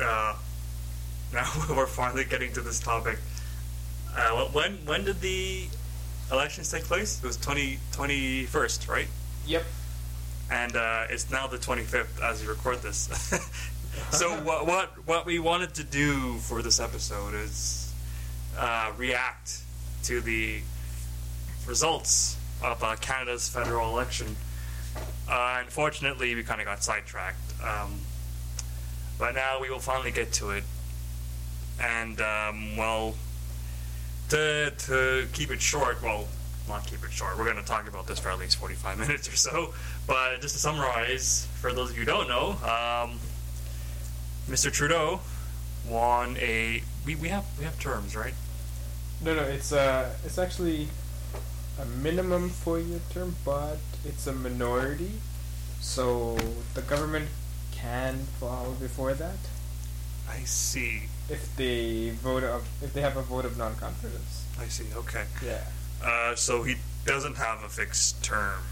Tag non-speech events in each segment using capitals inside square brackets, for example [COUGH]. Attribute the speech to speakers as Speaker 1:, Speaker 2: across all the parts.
Speaker 1: uh, now [LAUGHS] we're finally getting to this topic. Uh, wh- when when did the elections take place? It was 20, 21st, right?
Speaker 2: Yep.
Speaker 1: and uh, it's now the 25th as we record this. [LAUGHS] so what what what we wanted to do for this episode is uh, react to the results of uh, Canada's federal election. Uh, unfortunately, we kind of got sidetracked, um, but now we will finally get to it. And um, well, to to keep it short, well, not keep it short. We're going to talk about this for at least 45 [LAUGHS] minutes or so. But just to summarize, for those of you who don't know, um, Mr. Trudeau won a. We, we have we have terms, right?
Speaker 2: No, no, it's uh, it's actually a minimum four-year term, but it's a minority, so the government can fall before that
Speaker 1: I see.
Speaker 2: if they vote of if they have a vote of non-confidence.
Speaker 1: I see. Okay.
Speaker 2: Yeah.
Speaker 1: Uh, so he doesn't have a fixed term,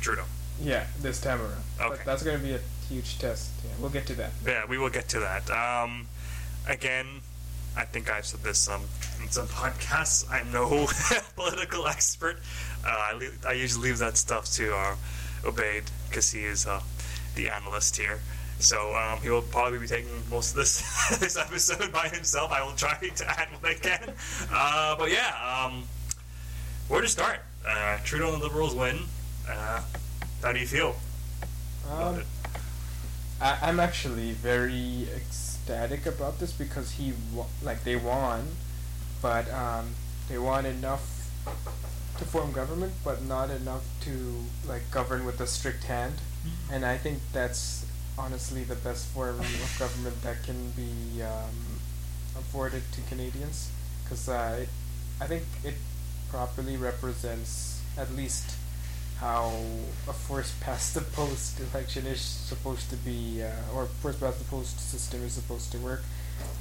Speaker 1: Trudeau.
Speaker 2: Yeah, this time around.
Speaker 1: Okay.
Speaker 2: But that's going to be a huge test. Yeah, we'll get to that.
Speaker 1: Yeah, we will get to that. Um, again, I think I've said this um, in some podcasts. I'm no [LAUGHS] political expert. Uh, I, leave, I usually leave that stuff to uh, Obaid because he is uh, the analyst here. So um, he will probably be taking most of this [LAUGHS] this episode by himself. I will try to add what I can. Uh, but yeah, um, where to start? Uh, Trudeau and the Liberals win. Uh, how do you feel? about
Speaker 2: Um,
Speaker 1: it?
Speaker 2: I, I'm actually very ecstatic about this because he wa- like they won, but um, they won enough to form government, but not enough to like govern with a strict hand. And I think that's honestly the best form of government that can be um, afforded to Canadians because uh, it, I think it properly represents at least how a first past the post election is supposed to be, uh, or first past the post system is supposed to work.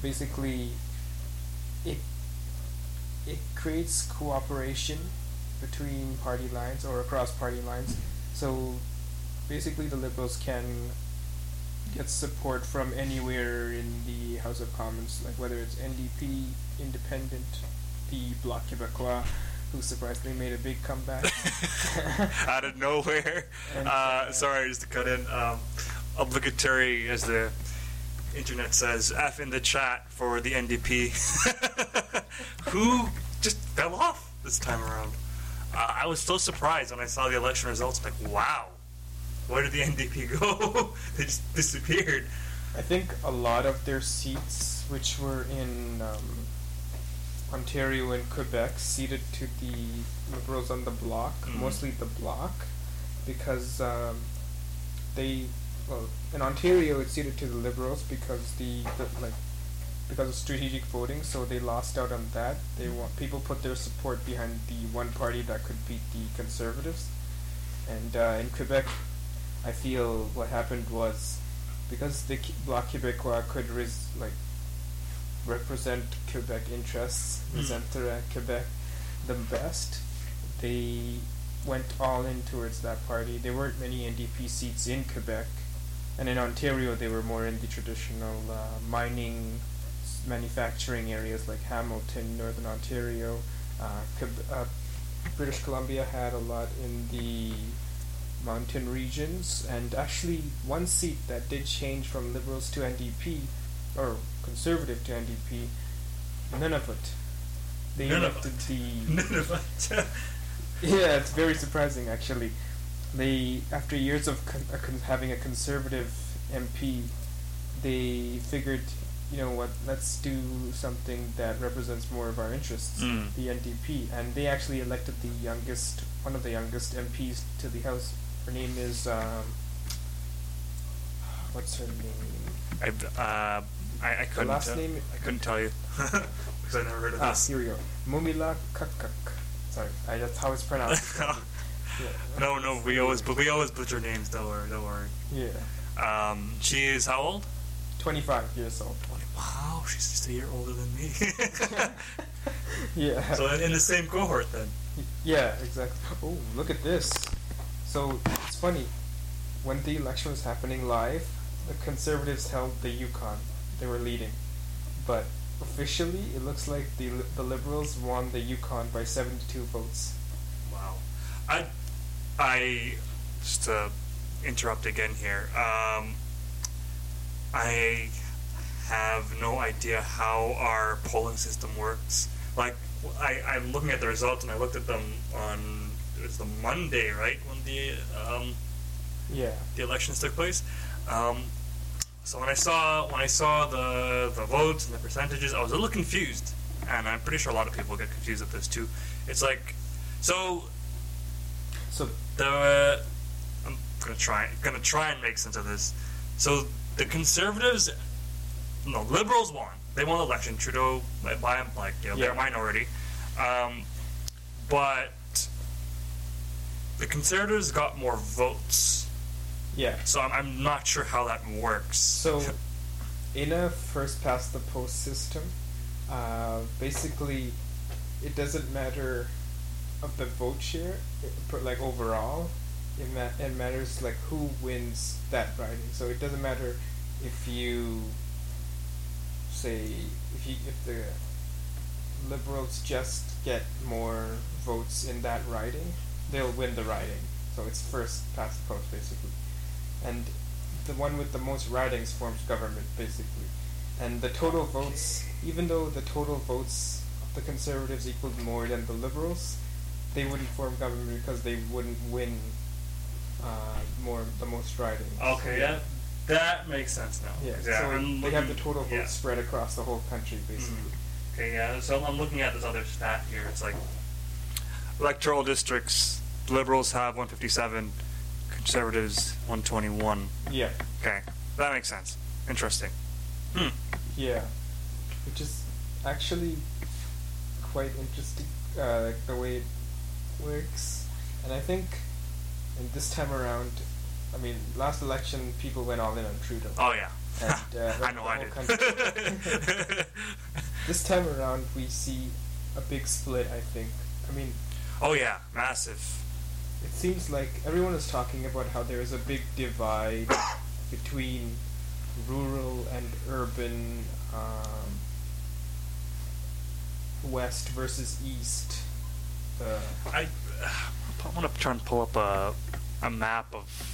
Speaker 2: Basically, it it creates cooperation between party lines or across party lines. So basically, the Liberals can get support from anywhere in the House of Commons, like whether it's NDP, Independent, the Bloc Québécois, who surprisingly made a big
Speaker 1: [LAUGHS]
Speaker 2: comeback. [LAUGHS]
Speaker 1: out of nowhere.
Speaker 2: And,
Speaker 1: Uh,
Speaker 2: uh,
Speaker 1: sorry, just to cut in. Um, obligatory, as the internet says, F in the chat for the NDP, [LAUGHS] who just fell off this time around. Uh, I was so surprised when I saw the election results. Like, wow, where did the NDP [LAUGHS] go? they just disappeared.
Speaker 2: I think a lot of their seats, which were in um, Ontario and Quebec, ceded to the Liberals on the Bloc,
Speaker 1: Mhm.
Speaker 2: mostly the Bloc, because um, they, well, in Ontario it ceded to the Liberals because the, the like, because of strategic voting, so they lost out on that. They want people put their support behind the one party that could beat the Conservatives, and uh, in Quebec, I feel what happened was because the Q- Bloc Québécois could res- like represent Quebec interests,
Speaker 1: Mm.
Speaker 2: represent uh, Quebec the best. They went all in towards that party. There weren't many NDP seats in Quebec, and in Ontario they were more in the traditional uh, mining, s- manufacturing areas like Hamilton, Northern Ontario. Uh, Queb- uh, British Columbia had a lot in the mountain regions, and actually one seat that did change from Liberals to NDP, or Conservative to NDP, none of it. They
Speaker 1: Nunavut. Hmm.
Speaker 2: elected the
Speaker 1: None of it.
Speaker 2: [LAUGHS] yeah, it's very surprising actually. They after years of con- a con- having a Conservative MP, they figured, you know what, let's do something that represents more of our interests
Speaker 1: Mm.
Speaker 2: the NDP, and they actually elected the youngest, one of the youngest MPs to the House. Her name is, um, what's her name?
Speaker 1: [LAUGHS] I, uh, I, I couldn't.
Speaker 2: last
Speaker 1: tell-
Speaker 2: name-
Speaker 1: I couldn't tell you [LAUGHS] because I never heard of
Speaker 2: Ah,
Speaker 1: this.
Speaker 2: here we go. Mumila Kakak. Sorry, I, that's how it's pronounced. yeah.
Speaker 1: [LAUGHS] No, no, we always but we always butcher names. Don't worry, don't worry.
Speaker 2: Yeah,
Speaker 1: Um, she is how old?
Speaker 2: 25 years old.
Speaker 1: Wow, she's just a year older than me. [LAUGHS]
Speaker 2: Yeah.
Speaker 1: so in, in the same cohort then.
Speaker 2: Yeah, exactly. Oh, look at this. So it's funny. When the election was happening live, the Conservatives held the Yukon, they were leading, but officially it looks like the li- the Liberals won the Yukon by seventy two votes.
Speaker 1: Wow. I, I, just to interrupt again here, um, I have no idea how our polling system works. Like, I, I'm looking at the results and I looked at them on, it was the Monday, right, when the, um,
Speaker 2: Yeah.
Speaker 1: the elections took place. Um, so when I saw when I saw the the votes and the percentages, I was a little confused, and I'm pretty sure a lot of people get confused with this too. It's like, so
Speaker 2: So
Speaker 1: the I'm gonna try gonna try and make sense of this. So the conservatives, no liberals won. They won the election. Trudeau by, by like you know, they're a
Speaker 2: Yeah.
Speaker 1: minority, um, but the conservatives got more votes.
Speaker 2: yeah.
Speaker 1: So I'm, I'm not sure how that works.
Speaker 2: So, in a first past the post system, uh, basically, it doesn't matter of the vote share, it- but like overall, it, ma- it matters like who wins that riding. So it doesn't matter if you say if you if the liberals just get more votes in that riding, they'll win the riding. So it's first past the post basically, and the one with the most ridings forms government basically, and the total votes. Even though the total votes of the conservatives equaled more than the liberals, they wouldn't form government because they wouldn't win uh, more the most ridings.
Speaker 1: [LAUGHS] Okay, that that makes sense now.
Speaker 2: Yeah,
Speaker 1: 'Cause,
Speaker 2: so
Speaker 1: I'm
Speaker 2: they have the
Speaker 1: looking-
Speaker 2: total votes
Speaker 1: yeah. Mm-hmm.
Speaker 2: spread across the whole country, basically.
Speaker 1: Mm. Okay, yeah. So I'm looking at this other stat here. It's like electoral districts. Liberals have 157, conservatives 121.
Speaker 2: Yeah,
Speaker 1: Okay, that makes sense. Interesting. Hmm.
Speaker 2: yeah, which is actually quite interesting, uh, like the way it works. And I think, and this time around, I mean, last election people went all in on Trudeau.
Speaker 1: Oh yeah. [LAUGHS]
Speaker 2: And, uh,
Speaker 1: I know I
Speaker 2: the whole
Speaker 1: [LAUGHS] did.
Speaker 2: This time around, we see a big split. I think. I mean,
Speaker 1: oh yeah, massive.
Speaker 2: it seems like everyone is talking about how there is a big divide between rural and urban um, west versus east uh,
Speaker 1: I, [SIGHS] I want to try and pull up a, a map of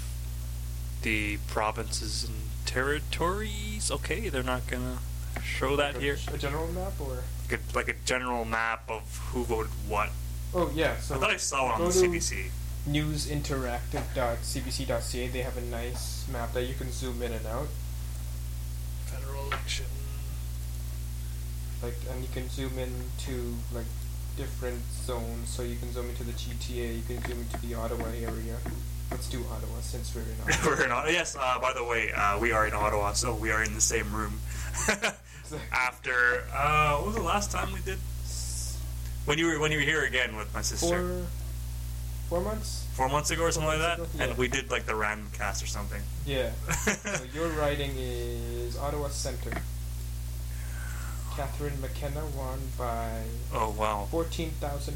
Speaker 1: the provinces and territories. Okay, they're not gonna show that
Speaker 2: like a-
Speaker 1: here.
Speaker 2: a general map or
Speaker 1: Like a, like a general map of who voted what.
Speaker 2: oh yeah so
Speaker 1: I thought I saw it on
Speaker 2: go
Speaker 1: the
Speaker 2: to
Speaker 1: CBC.
Speaker 2: newsinteractive.cbc.ca they have a nice map that you can zoom in and out
Speaker 1: Federal election.
Speaker 2: like and you can zoom in to like different zones so you can zoom into the gta you can zoom into the ottawa area let's do ottawa since we're in
Speaker 1: [LAUGHS]
Speaker 2: ottawa
Speaker 1: [LAUGHS] We're in Ottawa. Yes. Uh, by the way, uh, we are in Ottawa, so we are in the same room. [LAUGHS] After uh, what was the last time we did?
Speaker 2: S-
Speaker 1: When you were when you were here again with my sister.
Speaker 2: four four months
Speaker 1: Four months ago or something like that,
Speaker 2: months ago,
Speaker 1: and
Speaker 2: yeah.
Speaker 1: we did like the random cast or something.
Speaker 2: yeah
Speaker 1: [LAUGHS]
Speaker 2: so your riding is ottawa center catherine mckenna won by
Speaker 1: oh wow.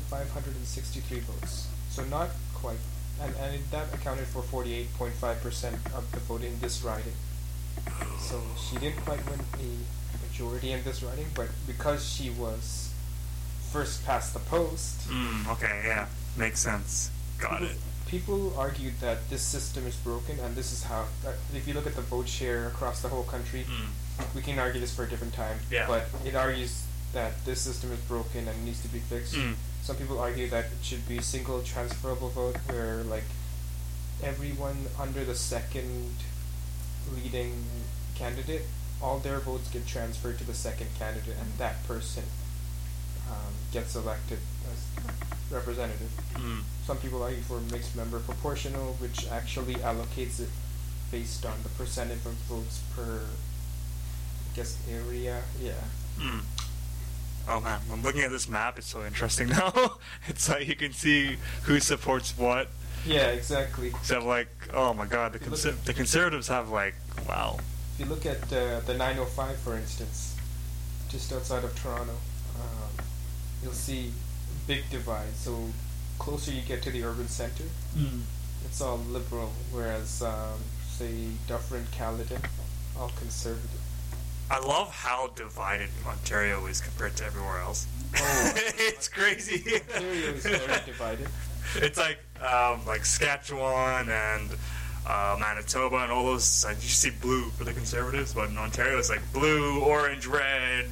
Speaker 2: 14,563 votes so not quite and, and it- that accounted for 48.5% of the vote in this riding so she didn't quite win the majority in this riding but because she was first past the post
Speaker 1: Mm, okay, yeah, makes sense. Got it.
Speaker 2: People argued that this system is broken, and this is how. Uh, if you look at the vote share across the whole country,
Speaker 1: Mm.
Speaker 2: we can argue this for a different time.
Speaker 1: Yeah.
Speaker 2: But it argues that this system is broken and needs to be fixed.
Speaker 1: Mm.
Speaker 2: Some people argue that it should be single transferable vote, where like everyone under the second leading candidate, all their votes get transferred to the second candidate, and that person um, gets elected as representative.
Speaker 1: Mm.
Speaker 2: Some people argue for mixed member proportional, which actually allocates it based on the percentage of votes per, I guess, area. Yeah.
Speaker 1: Mm. Oh man, I'm looking at this map. It's so interesting [LAUGHS] now. it's like you can see who supports what.
Speaker 2: Yeah, exactly. If
Speaker 1: So like, oh my god, the
Speaker 2: Look at-
Speaker 1: conser- the conservatives have like, wow.
Speaker 2: you look at uh, the 905, for instance, just outside of Toronto, um, you'll see big divide. So closer you get to the urban center,
Speaker 1: Mm.
Speaker 2: it's all liberal, whereas, um, say, Dufferin, Caledon, all conservative.
Speaker 1: I love how divided Ontario is compared to everywhere else.
Speaker 2: Oh,
Speaker 1: [LAUGHS] it's crazy.
Speaker 2: Ontario is very divided.
Speaker 1: It's like um, like Saskatchewan and uh, Manitoba and all those. Like, you see blue for the conservatives, but in Ontario it's like blue, orange, red,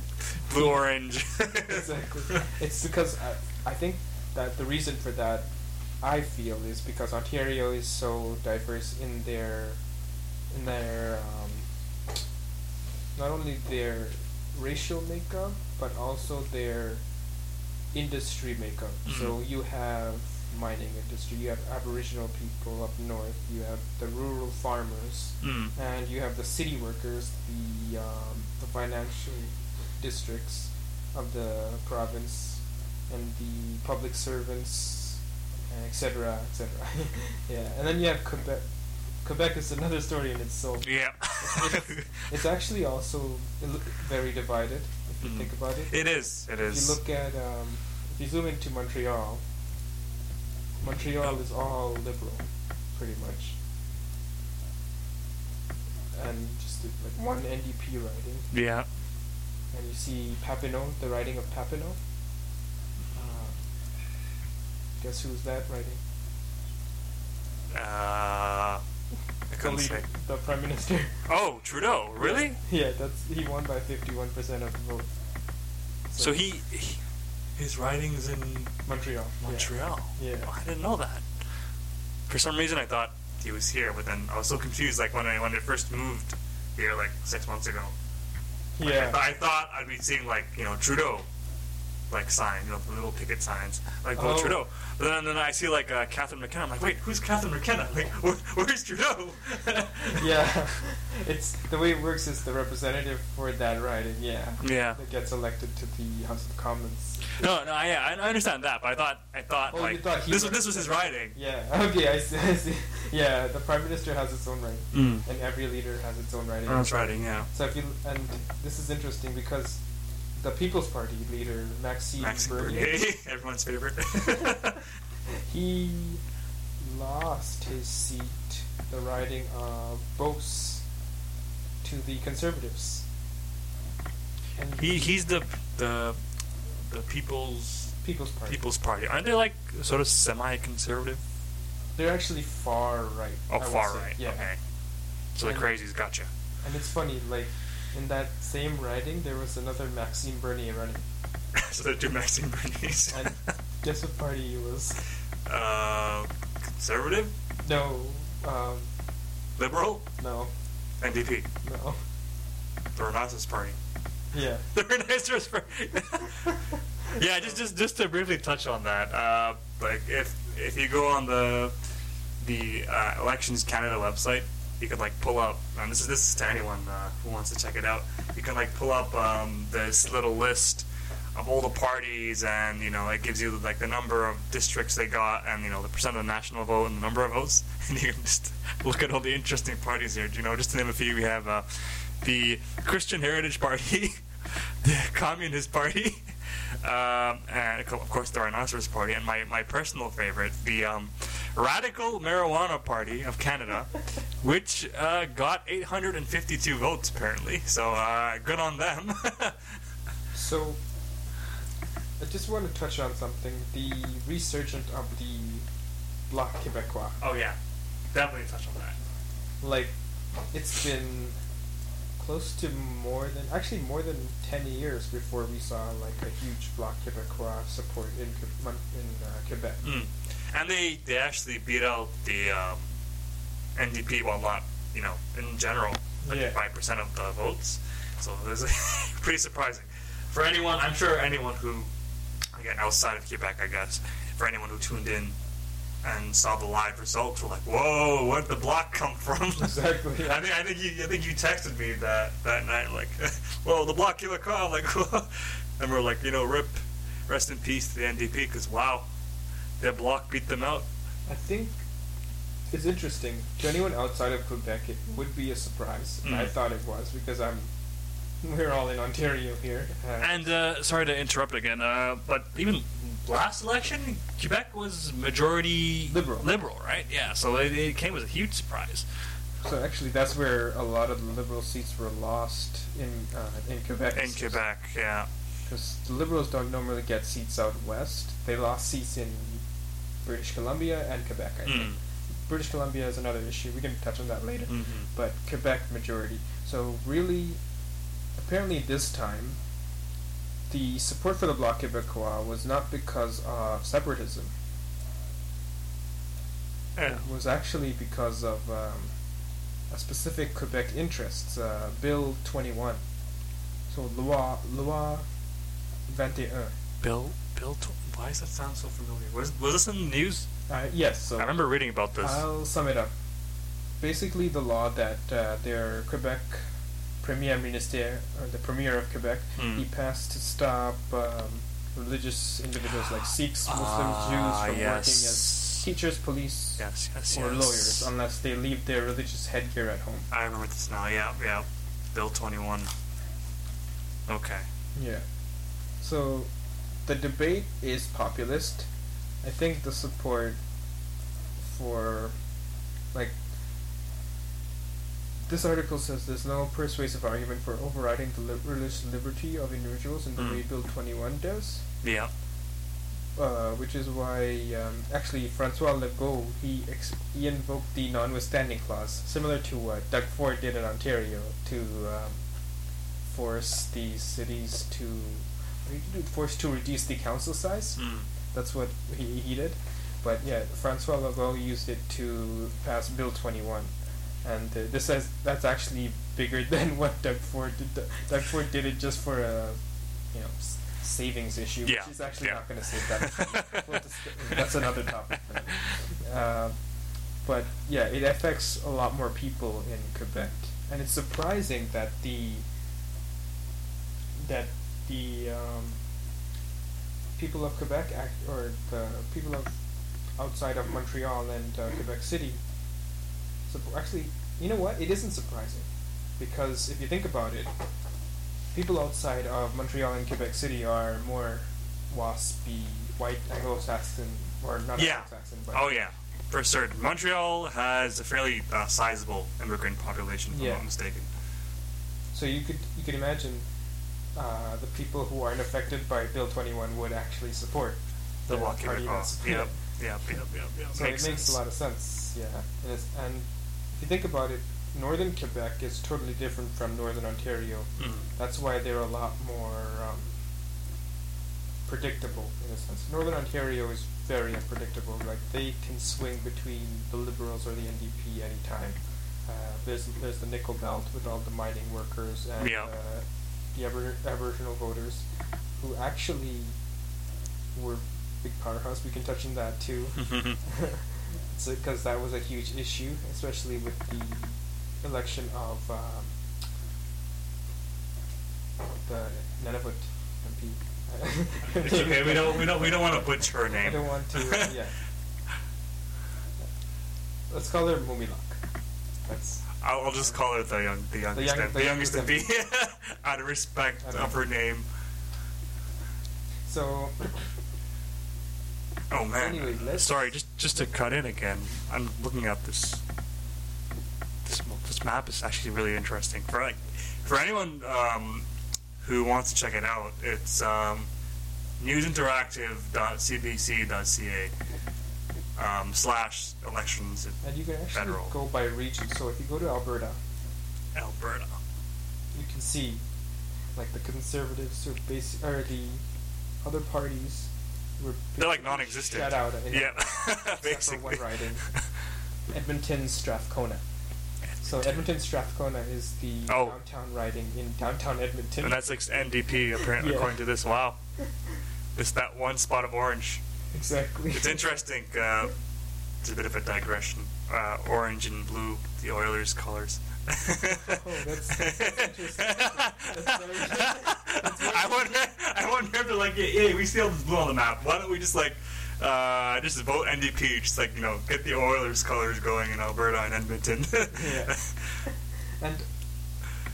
Speaker 1: blue, orange. [LAUGHS]
Speaker 2: exactly. It's because uh, I, I think that the reason for that I feel is because Ontario is so diverse in their in their um, not only their racial makeup but also their industry makeup. So
Speaker 1: Mhm.
Speaker 2: you have mining industry, you have Aboriginal people up north, you have the rural farmers
Speaker 1: Mm.
Speaker 2: and you have the city workers, the um, the financial districts of the province, and the public servants, and etc. etc. [LAUGHS] yeah, and then you have Quebec. Quebec is another story in itself.
Speaker 1: Yeah.
Speaker 2: [LAUGHS] It's actually also it loo- very divided if you
Speaker 1: Mhm.
Speaker 2: think about it.
Speaker 1: It is. It
Speaker 2: If
Speaker 1: is.
Speaker 2: you look at um, if you zoom into Montreal,
Speaker 1: Oh.
Speaker 2: Montreal is all liberal, pretty much, and just did, like one NDP riding,
Speaker 1: yeah.
Speaker 2: and you see Papineau, the riding of Papineau. Uh, guess who's that riding?
Speaker 1: Uh, I
Speaker 2: The
Speaker 1: couldn't
Speaker 2: leader,
Speaker 1: say.
Speaker 2: the prime minister.
Speaker 1: Oh, Trudeau. Really?
Speaker 2: [LAUGHS] yeah, that's he won by fifty-one percent of the vote.
Speaker 1: So he, he his writings in
Speaker 2: Montreal. yeah.
Speaker 1: Montreal.
Speaker 2: Yeah.
Speaker 1: I didn't know that. For some reason, I thought he was here, but then I was so confused. Like when I when I first moved here, like six months ago, like,
Speaker 2: Yeah.
Speaker 1: I, th- I thought I'd be seeing like you know Trudeau, like sign, you know, the little picket signs, like vote
Speaker 2: Oh.
Speaker 1: Trudeau. But then then I see like uh, Catherine McKenna. I'm like, wait, who's Catherine McKenna? Like, [LAUGHS] where, where's Trudeau? [LAUGHS]
Speaker 2: yeah, [LAUGHS] it's the way it works is the representative for that riding, yeah,
Speaker 1: Yeah.
Speaker 2: that gets elected to the House of Commons.
Speaker 1: No, no, I, I I understand that, but I thought I thought
Speaker 2: Oh, you
Speaker 1: like
Speaker 2: thought he
Speaker 1: this was
Speaker 2: was-
Speaker 1: this was his writing.
Speaker 2: Yeah, okay, I see. [LAUGHS] I see. Yeah, the prime minister has its own writing,
Speaker 1: Mm.
Speaker 2: and every leader has its own writing.
Speaker 1: His writing, yeah.
Speaker 2: So if you and this is interesting because the People's Party leader Maxime,
Speaker 1: Maxi
Speaker 2: Bernier,
Speaker 1: Bernier, [LAUGHS] everyone's favorite.
Speaker 2: [LAUGHS] he lost his seat, the riding of Bose, to the Conservatives. And
Speaker 1: he he's the the the people's
Speaker 2: People's Party.
Speaker 1: people's party. Aren't they like sort of semi-conservative?
Speaker 2: They're actually far right.
Speaker 1: Oh,
Speaker 2: I would
Speaker 1: far
Speaker 2: say.
Speaker 1: right.
Speaker 2: Yeah.
Speaker 1: Okay. So the
Speaker 2: And-
Speaker 1: crazies gotcha. [LAUGHS]
Speaker 2: And it's funny, like in that same riding, there was another Maxime Bernier running.
Speaker 1: so they're two Maxime Berniers. [LAUGHS]
Speaker 2: And guess what party he was?
Speaker 1: uh, conservative,
Speaker 2: No, um,
Speaker 1: liberal,
Speaker 2: no,
Speaker 1: NDP,
Speaker 2: no.
Speaker 1: the Renaissance Party. [LAUGHS]
Speaker 2: Yeah.
Speaker 1: the Renaissance Party. [LAUGHS] yeah, just just just to briefly touch on that, uh, like if if you go on the the uh, Elections Canada website, you can like pull up, and this is this is to anyone uh, who wants to check it out. You can like pull up um, this little list of all the parties, and you know it gives you like the number of districts they got, and you know the percent of the national vote and the number of votes, [LAUGHS] and you can just look at all the interesting parties here. You know, just to name a few, we have uh, the Christian Heritage Party, [LAUGHS] the Communist Party. Um, and of co- of course, the Rhinoceros Party, and my, my personal favorite, the um, Radical Marijuana Party of Canada, which uh, got 852 votes apparently. So uh, good on them. [LAUGHS]
Speaker 2: So, I just want to touch on something: the resurgence of the Bloc Québécois.
Speaker 1: oh yeah, definitely touch on that.
Speaker 2: Like, it's been close to more than actually more than 10 years before we saw like a huge bloc quebecois support in, Que- Mon- in uh, quebec
Speaker 1: Mm. And they, they actually beat out the um, NDP, well not you know in general, like
Speaker 2: Yeah.
Speaker 1: five percent of the votes. So [LAUGHS] this is pretty surprising for anyone. I'm sure anyone who, again, outside of Quebec, I guess, for anyone who tuned in and saw the live results, were like, "Whoa, where'd the block come from?"
Speaker 2: Exactly, yeah.
Speaker 1: I think I think you I think you texted me that that night, like, [LAUGHS] "Well, the block gave a call," like, [LAUGHS] and we're like, you know, rip, rest in peace to the NDP, because wow, their block beat them out.
Speaker 2: I think it's interesting. To anyone outside of Quebec, it would be a surprise. and I
Speaker 1: Mm.
Speaker 2: thought it was because I'm. [LAUGHS] We're all in Ontario here. Uh,
Speaker 1: And uh, sorry to interrupt again, uh, but even last election, Quebec was majority
Speaker 2: Liberal.
Speaker 1: liberal, right? Yeah, so it, it came as a huge surprise.
Speaker 2: So actually, that's where a lot of the liberal seats were lost in uh, in Quebec.
Speaker 1: in Quebec. Yeah,
Speaker 2: because the liberals don't normally get seats out west. They lost seats in British Columbia and Quebec. I think
Speaker 1: mm.
Speaker 2: British Columbia is another issue. We can touch on that later.
Speaker 1: hmm
Speaker 2: But Quebec majority. So really, apparently this time, the support for the Bloc Québécois was not because of separatism.
Speaker 1: yeah.
Speaker 2: was actually because of um, a specific Quebec interest, uh, Bill 21. So, Loi, Loi 21.
Speaker 1: Bill, Bill, tw- why does that sound so familiar? Was was this in the news?
Speaker 2: Uh, yes, so Uh,
Speaker 1: I remember reading about this.
Speaker 2: I'll sum it up. Basically, the law that uh, their Quebec Premier Minister, or the Premier of Quebec,
Speaker 1: Mm.
Speaker 2: he passed to stop um, religious individuals like Sikhs, Muslims,
Speaker 1: Ah,
Speaker 2: Jews from working as
Speaker 1: yes.
Speaker 2: teachers, police,
Speaker 1: yes, yes,
Speaker 2: or
Speaker 1: yes.
Speaker 2: lawyers unless they leave their religious headgear at home.
Speaker 1: I remember this now. Yeah, yeah. Bill twenty one. Okay.
Speaker 2: Yeah. So the debate is populist. I think the support for like this article says there's no persuasive argument for overriding the li- religious liberty of individuals in the
Speaker 1: Mm.
Speaker 2: way Bill 21 does,
Speaker 1: Yeah.
Speaker 2: uh, which is why um, actually Francois Legault he, ex- he invoked the non-withstanding clause, similar to what Doug Ford did in Ontario to um, force the cities to what did he do? force to reduce the council size.
Speaker 1: Mm.
Speaker 2: That's what he, he did. But yeah, Francois Legault used it to pass Bill 21. And uh, this says that's actually bigger [LAUGHS] than what Doug Ford did. Doug Ford did it just for a, you know, s- savings issue,
Speaker 1: Yeah,
Speaker 2: which is actually
Speaker 1: yeah.
Speaker 2: not going to save that.
Speaker 1: [LAUGHS]
Speaker 2: much money. We'll dis- that's another topic. for another uh, but yeah, it affects a lot more people in Quebec, and it's surprising that the that the um, people of Quebec act, or the people of outside of Montreal and uh, Quebec City. So actually, you know what? It isn't surprising because if you think about it, people outside of Montreal and Quebec City are more waspy, white Anglo-Saxon, or not
Speaker 1: Yeah.
Speaker 2: Anglo-Saxon, but
Speaker 1: Oh yeah, for certain. Montreal has a fairly uh, sizable immigrant population, if
Speaker 2: Yeah.
Speaker 1: I'm not mistaken.
Speaker 2: So you could you could imagine uh, the people who aren't affected by Bill Twenty One would actually support
Speaker 1: The
Speaker 2: the
Speaker 1: Bloc
Speaker 2: party
Speaker 1: Québécois.
Speaker 2: that's- [LAUGHS]
Speaker 1: Yep, yep, yep, yep, yep.
Speaker 2: So it makes
Speaker 1: [LAUGHS]
Speaker 2: a lot of sense. Yeah, and, it's, and if you think about it, northern Quebec is totally different from northern Ontario.
Speaker 1: Mm.
Speaker 2: That's why they're a lot more um, predictable in a sense. Northern Ontario is very unpredictable. Like they can swing between the Liberals or the NDP anytime. Uh, there's there's the nickel belt with all the mining workers and
Speaker 1: Yeah.
Speaker 2: uh, the Abor- Aboriginal voters, who actually were big powerhouse. We can touch on that too [LAUGHS] because that was a huge issue, especially with the election of um, the Nunavut MP.
Speaker 1: it's okay. We don't. We don't. We don't want to butcher her name.
Speaker 2: [LAUGHS] I don't want to. uh,
Speaker 1: [LAUGHS]
Speaker 2: yeah. Let's call her Mumilak. That's
Speaker 1: I'll, I'll just call her the young, the youngest,
Speaker 2: young-
Speaker 1: M-
Speaker 2: the
Speaker 1: the youngest,
Speaker 2: youngest
Speaker 1: MP, [LAUGHS] out of respect
Speaker 2: I don't
Speaker 1: of
Speaker 2: know.
Speaker 1: her name.
Speaker 2: so.
Speaker 1: Oh man.
Speaker 2: Anyway, let's-
Speaker 1: Sorry, just just to cut in again. I'm looking at this. This m- this map is actually really interesting for like for anyone um, who wants to check it out. It's um, newsinteractive.cbc.ca um, slash elections in
Speaker 2: And you can actually
Speaker 1: Federal.
Speaker 2: go by region. So if you go to Alberta,
Speaker 1: Alberta.
Speaker 2: you can see like the conservatives or basic or the other parties were
Speaker 1: They're like
Speaker 2: basically
Speaker 1: non-existent.
Speaker 2: shut out in
Speaker 1: Yeah, [LAUGHS]
Speaker 2: except for one
Speaker 1: basically.
Speaker 2: riding [LAUGHS]
Speaker 1: [LAUGHS]
Speaker 2: Edmonton Strathcona so Edmonton Strathcona is the
Speaker 1: Oh.
Speaker 2: downtown riding in downtown Edmonton
Speaker 1: And that's like NDP, apparently,
Speaker 2: Yeah.
Speaker 1: according to this. Wow. It's that one spot of orange.
Speaker 2: [LAUGHS] exactly
Speaker 1: It's interesting. Uh, it's a bit of a digression. Uh, orange and blue, the Oilers' colors.
Speaker 2: Oh, that's- that's interesting. That's very- that's
Speaker 1: [LAUGHS]
Speaker 2: very-
Speaker 1: I wonder. I wonder if they're like, yeah, yeah, we see all this blue on the map. Why don't we just like, uh, just vote NDP? Just like you know, get the Oilers' colors going in Alberta and Edmonton. [LAUGHS]
Speaker 2: Yeah. and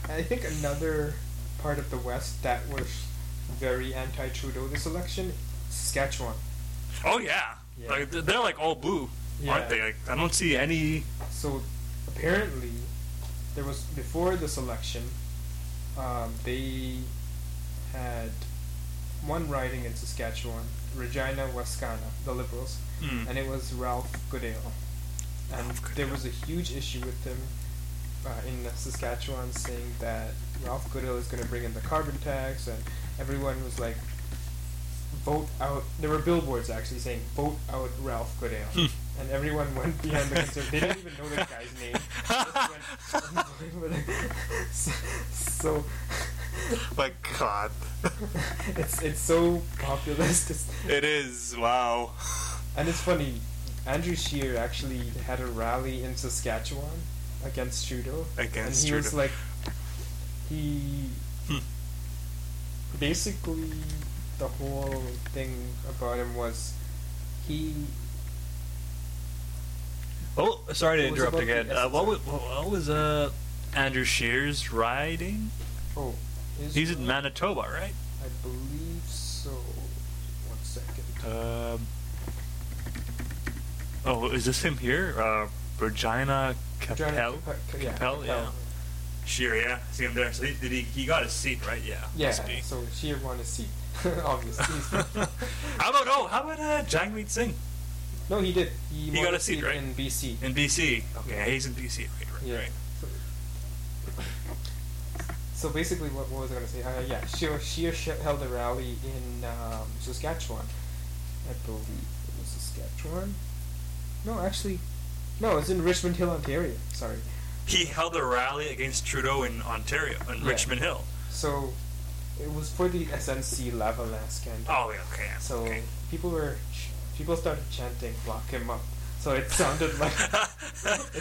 Speaker 2: I think another part of the West that was very anti-Trudeau this election Saskatchewan
Speaker 1: Oh yeah.
Speaker 2: Yeah.
Speaker 1: Like, they're like all blue,
Speaker 2: Yeah.
Speaker 1: aren't they? Like, I don't see any.
Speaker 2: So apparently there was before this election, um, they had one riding in Saskatchewan, Regina Wascana, the Liberals,
Speaker 1: Mm.
Speaker 2: and it was Ralph Goodale. And
Speaker 1: Ralph Goodale.
Speaker 2: there was a huge issue with him uh, in Saskatchewan saying that Ralph Goodale is going to bring in the carbon tax, and everyone was like, vote out. There were billboards actually saying, vote out Ralph Goodale.
Speaker 1: Hmm.
Speaker 2: And everyone went behind the conservative. They didn't even know the guy's name. Just went so,
Speaker 1: [LAUGHS]
Speaker 2: [LAUGHS] so
Speaker 1: My God,
Speaker 2: [LAUGHS] it's it's so populist. It's,
Speaker 1: it is wow.
Speaker 2: And it's funny, Andrew Scheer actually had a rally in Saskatchewan against Trudeau.
Speaker 1: Against
Speaker 2: and he was
Speaker 1: Trudeau.
Speaker 2: like, he
Speaker 1: Hmm.
Speaker 2: basically the whole thing about him was he
Speaker 1: [LAUGHS] Oh, sorry to
Speaker 2: What was
Speaker 1: interrupt
Speaker 2: about the
Speaker 1: again. Uh, what was
Speaker 2: essence
Speaker 1: what was uh Andrew Shears riding?
Speaker 2: oh his
Speaker 1: He's in
Speaker 2: role-
Speaker 1: Manitoba, right?
Speaker 2: I believe so. One second.
Speaker 1: Um. Oh, is this him here? Uh, Regina Capel.
Speaker 2: Regina Cape- yeah,
Speaker 1: Capel, yeah. Shear, yeah. See him there. So he, did he? He got his seat, right? Yeah.
Speaker 2: Yeah,
Speaker 1: must be.
Speaker 2: so Scheer won a seat, [LAUGHS]
Speaker 1: [LAUGHS]
Speaker 2: obviously.
Speaker 1: how about oh? How about uh, Jangmeet Singh
Speaker 2: no, he did. He,
Speaker 1: got
Speaker 2: won
Speaker 1: a seat, right?
Speaker 2: in BC.
Speaker 1: in BC? Okay,
Speaker 2: Yeah.
Speaker 1: he's in BC, right? Right.
Speaker 2: Yeah.
Speaker 1: right.
Speaker 2: So, so basically, what, what was I going to say? Uh, yeah, Sheer, Sheer sh- held a rally in um, Saskatchewan. I believe it was Saskatchewan. No, actually, no, it's in Richmond Hill, Ontario. Sorry.
Speaker 1: He held a rally against Trudeau in Ontario, in
Speaker 2: Yeah.
Speaker 1: Richmond Hill.
Speaker 2: So it was for the SNC Lavalin scandal.
Speaker 1: Oh, yeah, okay.
Speaker 2: So [LAUGHS]
Speaker 1: okay.
Speaker 2: people were, ch- people started chanting "Lock him up." So it sounded
Speaker 1: [LAUGHS]
Speaker 2: like it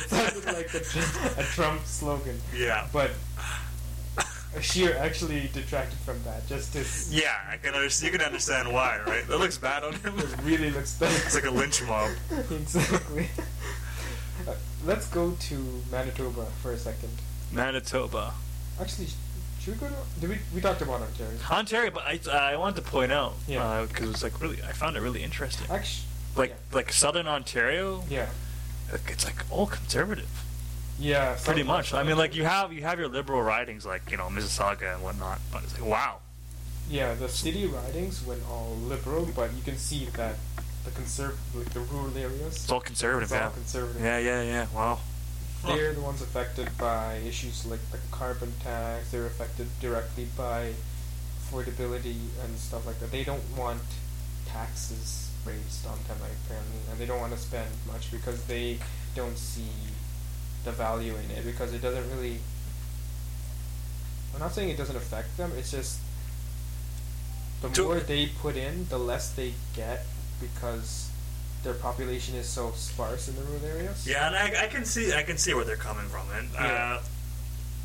Speaker 2: sounded like a, tr- a Trump slogan.
Speaker 1: Yeah.
Speaker 2: But Sheer actually detracted from that. Just as
Speaker 1: Yeah, I can understand. You can understand why, right? That looks bad on him.
Speaker 2: it really looks bad.
Speaker 1: It's like a lynch mob.
Speaker 2: [LAUGHS] exactly. Uh, let's go to Manitoba for a second.
Speaker 1: Manitoba,
Speaker 2: Actually, sh- should we go to? Did we we talked about Ontario?
Speaker 1: Ontario. But I, I wanted to point out because
Speaker 2: Yeah.
Speaker 1: it was like really, I found it really interesting.
Speaker 2: Actually,
Speaker 1: Like like Southern Ontario,
Speaker 2: yeah,
Speaker 1: like, it's like all conservative,
Speaker 2: yeah, some-
Speaker 1: pretty much. I mean, like you have you have your liberal ridings, like you know Mississauga and whatnot. But it's like wow,
Speaker 2: yeah, the city ridings went all liberal, but you can see that the conserv like the rural areas,
Speaker 1: it's all conservative.
Speaker 2: It's all
Speaker 1: yeah.
Speaker 2: conservative.
Speaker 1: Yeah, yeah, yeah. Wow. Huh.
Speaker 2: they're the ones affected by issues like the carbon tax. They're affected directly by affordability and stuff like that. They don't want taxes raised on them, like, apparently, and they don't want to spend much because they don't see the value in it because it doesn't really. I'm not saying it doesn't affect them. It's just the
Speaker 1: To-
Speaker 2: more they put in, the less they get because their population is so sparse in the rural areas.
Speaker 1: Yeah, and I, I can see I can see where they're coming from, and uh,
Speaker 2: Yeah.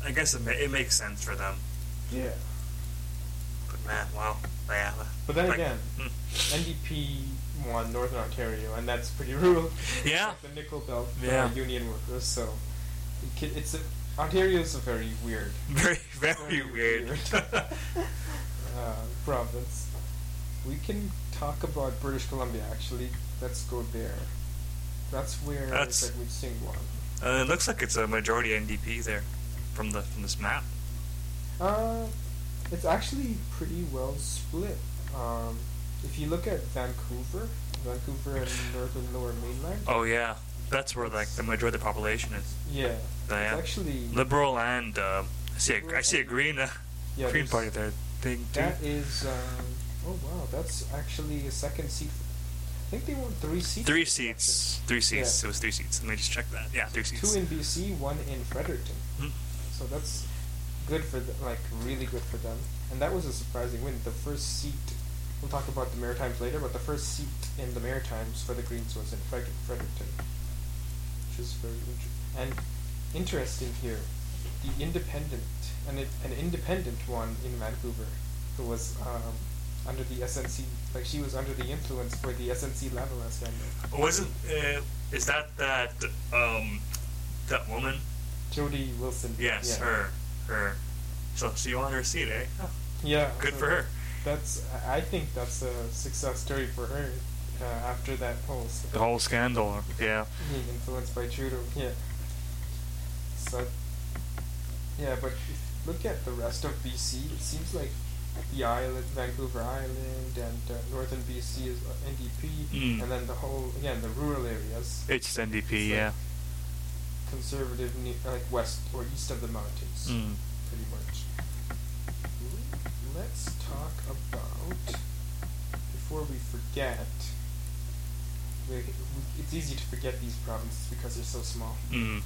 Speaker 1: I guess it, ma- it makes sense for them.
Speaker 2: Yeah.
Speaker 1: But man, wow, yeah.
Speaker 2: But then
Speaker 1: Like-
Speaker 2: again,
Speaker 1: Mm.
Speaker 2: NDP won Northern Ontario, and that's pretty [LAUGHS] rural.
Speaker 1: Yeah.
Speaker 2: It's like the nickel belt for
Speaker 1: Yeah.
Speaker 2: union workers. So it ca- it's a, Ontario is a very weird
Speaker 1: [LAUGHS] Very, very
Speaker 2: Very
Speaker 1: weird. [LAUGHS]
Speaker 2: weird. uh, province. We can talk about British Columbia. Actually, let's go there. That's where
Speaker 1: That's-
Speaker 2: Jagmeet Singh won.
Speaker 1: uh, it looks like it's a majority NDP there from the from this map.
Speaker 2: Uh, it's actually pretty well split. Um, if you look at Vancouver, Vancouver and Northern Lower Mainland.
Speaker 1: Oh yeah, that's where like the majority of the population is.
Speaker 2: Yeah.
Speaker 1: Yeah.
Speaker 2: It's actually
Speaker 1: Liberal and uh, I see a, I see a green uh,
Speaker 2: yeah,
Speaker 1: green
Speaker 2: there's-
Speaker 1: party there thing too.
Speaker 2: That is um, oh wow, that's actually a second seat. I think they won three seats.
Speaker 1: Three seats, three seats.
Speaker 2: Yeah.
Speaker 1: It was three seats. Let me just check that. Yeah, three seats.
Speaker 2: Two in BC, one in Fredericton.
Speaker 1: Hmm.
Speaker 2: So that's good for them, like really good for them. And that was a surprising win. The first seat. We'll talk about the Maritimes later, but the first seat in the Maritimes for the Greens was in Freder- Fredericton, which is very interesting. And interesting here, the Independent, and it, an Independent one in Vancouver, who was um, under the SNC, like she was under the influence for the SNC Lavalin scandal.
Speaker 1: Wasn't uh, is that that um that woman?
Speaker 2: Jody Wilson.
Speaker 1: Yes,
Speaker 2: yeah.
Speaker 1: her, her. So she won her seat, eh?
Speaker 2: Yeah.
Speaker 1: Good
Speaker 2: so
Speaker 1: for her.
Speaker 2: That's. I I think that's a success story for her. Uh, after that whole s-
Speaker 1: The whole scandal. Yeah.
Speaker 2: Mm-hmm. being influenced by Trudeau. Yeah. So, yeah, but look at the rest of BC. It seems like the island, Vancouver Island, and uh, northern BC is uh, NDP,
Speaker 1: Mm.
Speaker 2: and then the whole again the rural areas
Speaker 1: It's NDP,
Speaker 2: So-
Speaker 1: yeah.
Speaker 2: conservative ne- like west or east of the mountains,
Speaker 1: Mm.
Speaker 2: pretty much. L- Let's talk about before we forget. We, we, it's easy to forget these provinces because they're so small.
Speaker 1: Mm.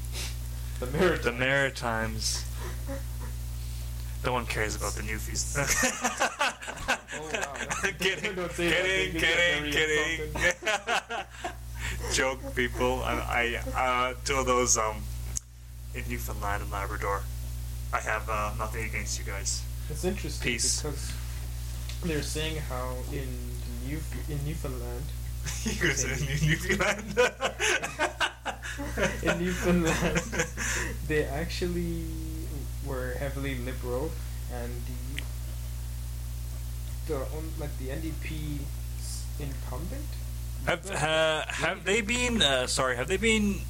Speaker 2: The Maritimes.
Speaker 1: The Maritimes. No one cares about the [LAUGHS] newfies.
Speaker 2: Oh, wow.
Speaker 1: kidding,
Speaker 2: Don't say that,
Speaker 1: kidding,
Speaker 2: they get
Speaker 1: kidding,
Speaker 2: very
Speaker 1: kidding. [LAUGHS] Joke, people. I, I uh, two of those um, in Newfoundland and Labrador. I have uh, nothing against you guys.
Speaker 2: [LAUGHS]
Speaker 1: [LAUGHS]
Speaker 2: It's interesting
Speaker 1: Peace.
Speaker 2: because they're saying how in New in Newfoundland,
Speaker 1: you guys are in Newfoundland.
Speaker 2: [LAUGHS] in Newfoundland, they actually were heavily liberal, and the the on, like the NDP 's incumbent.
Speaker 1: Have uh, have they been? Uh, sorry, have they been?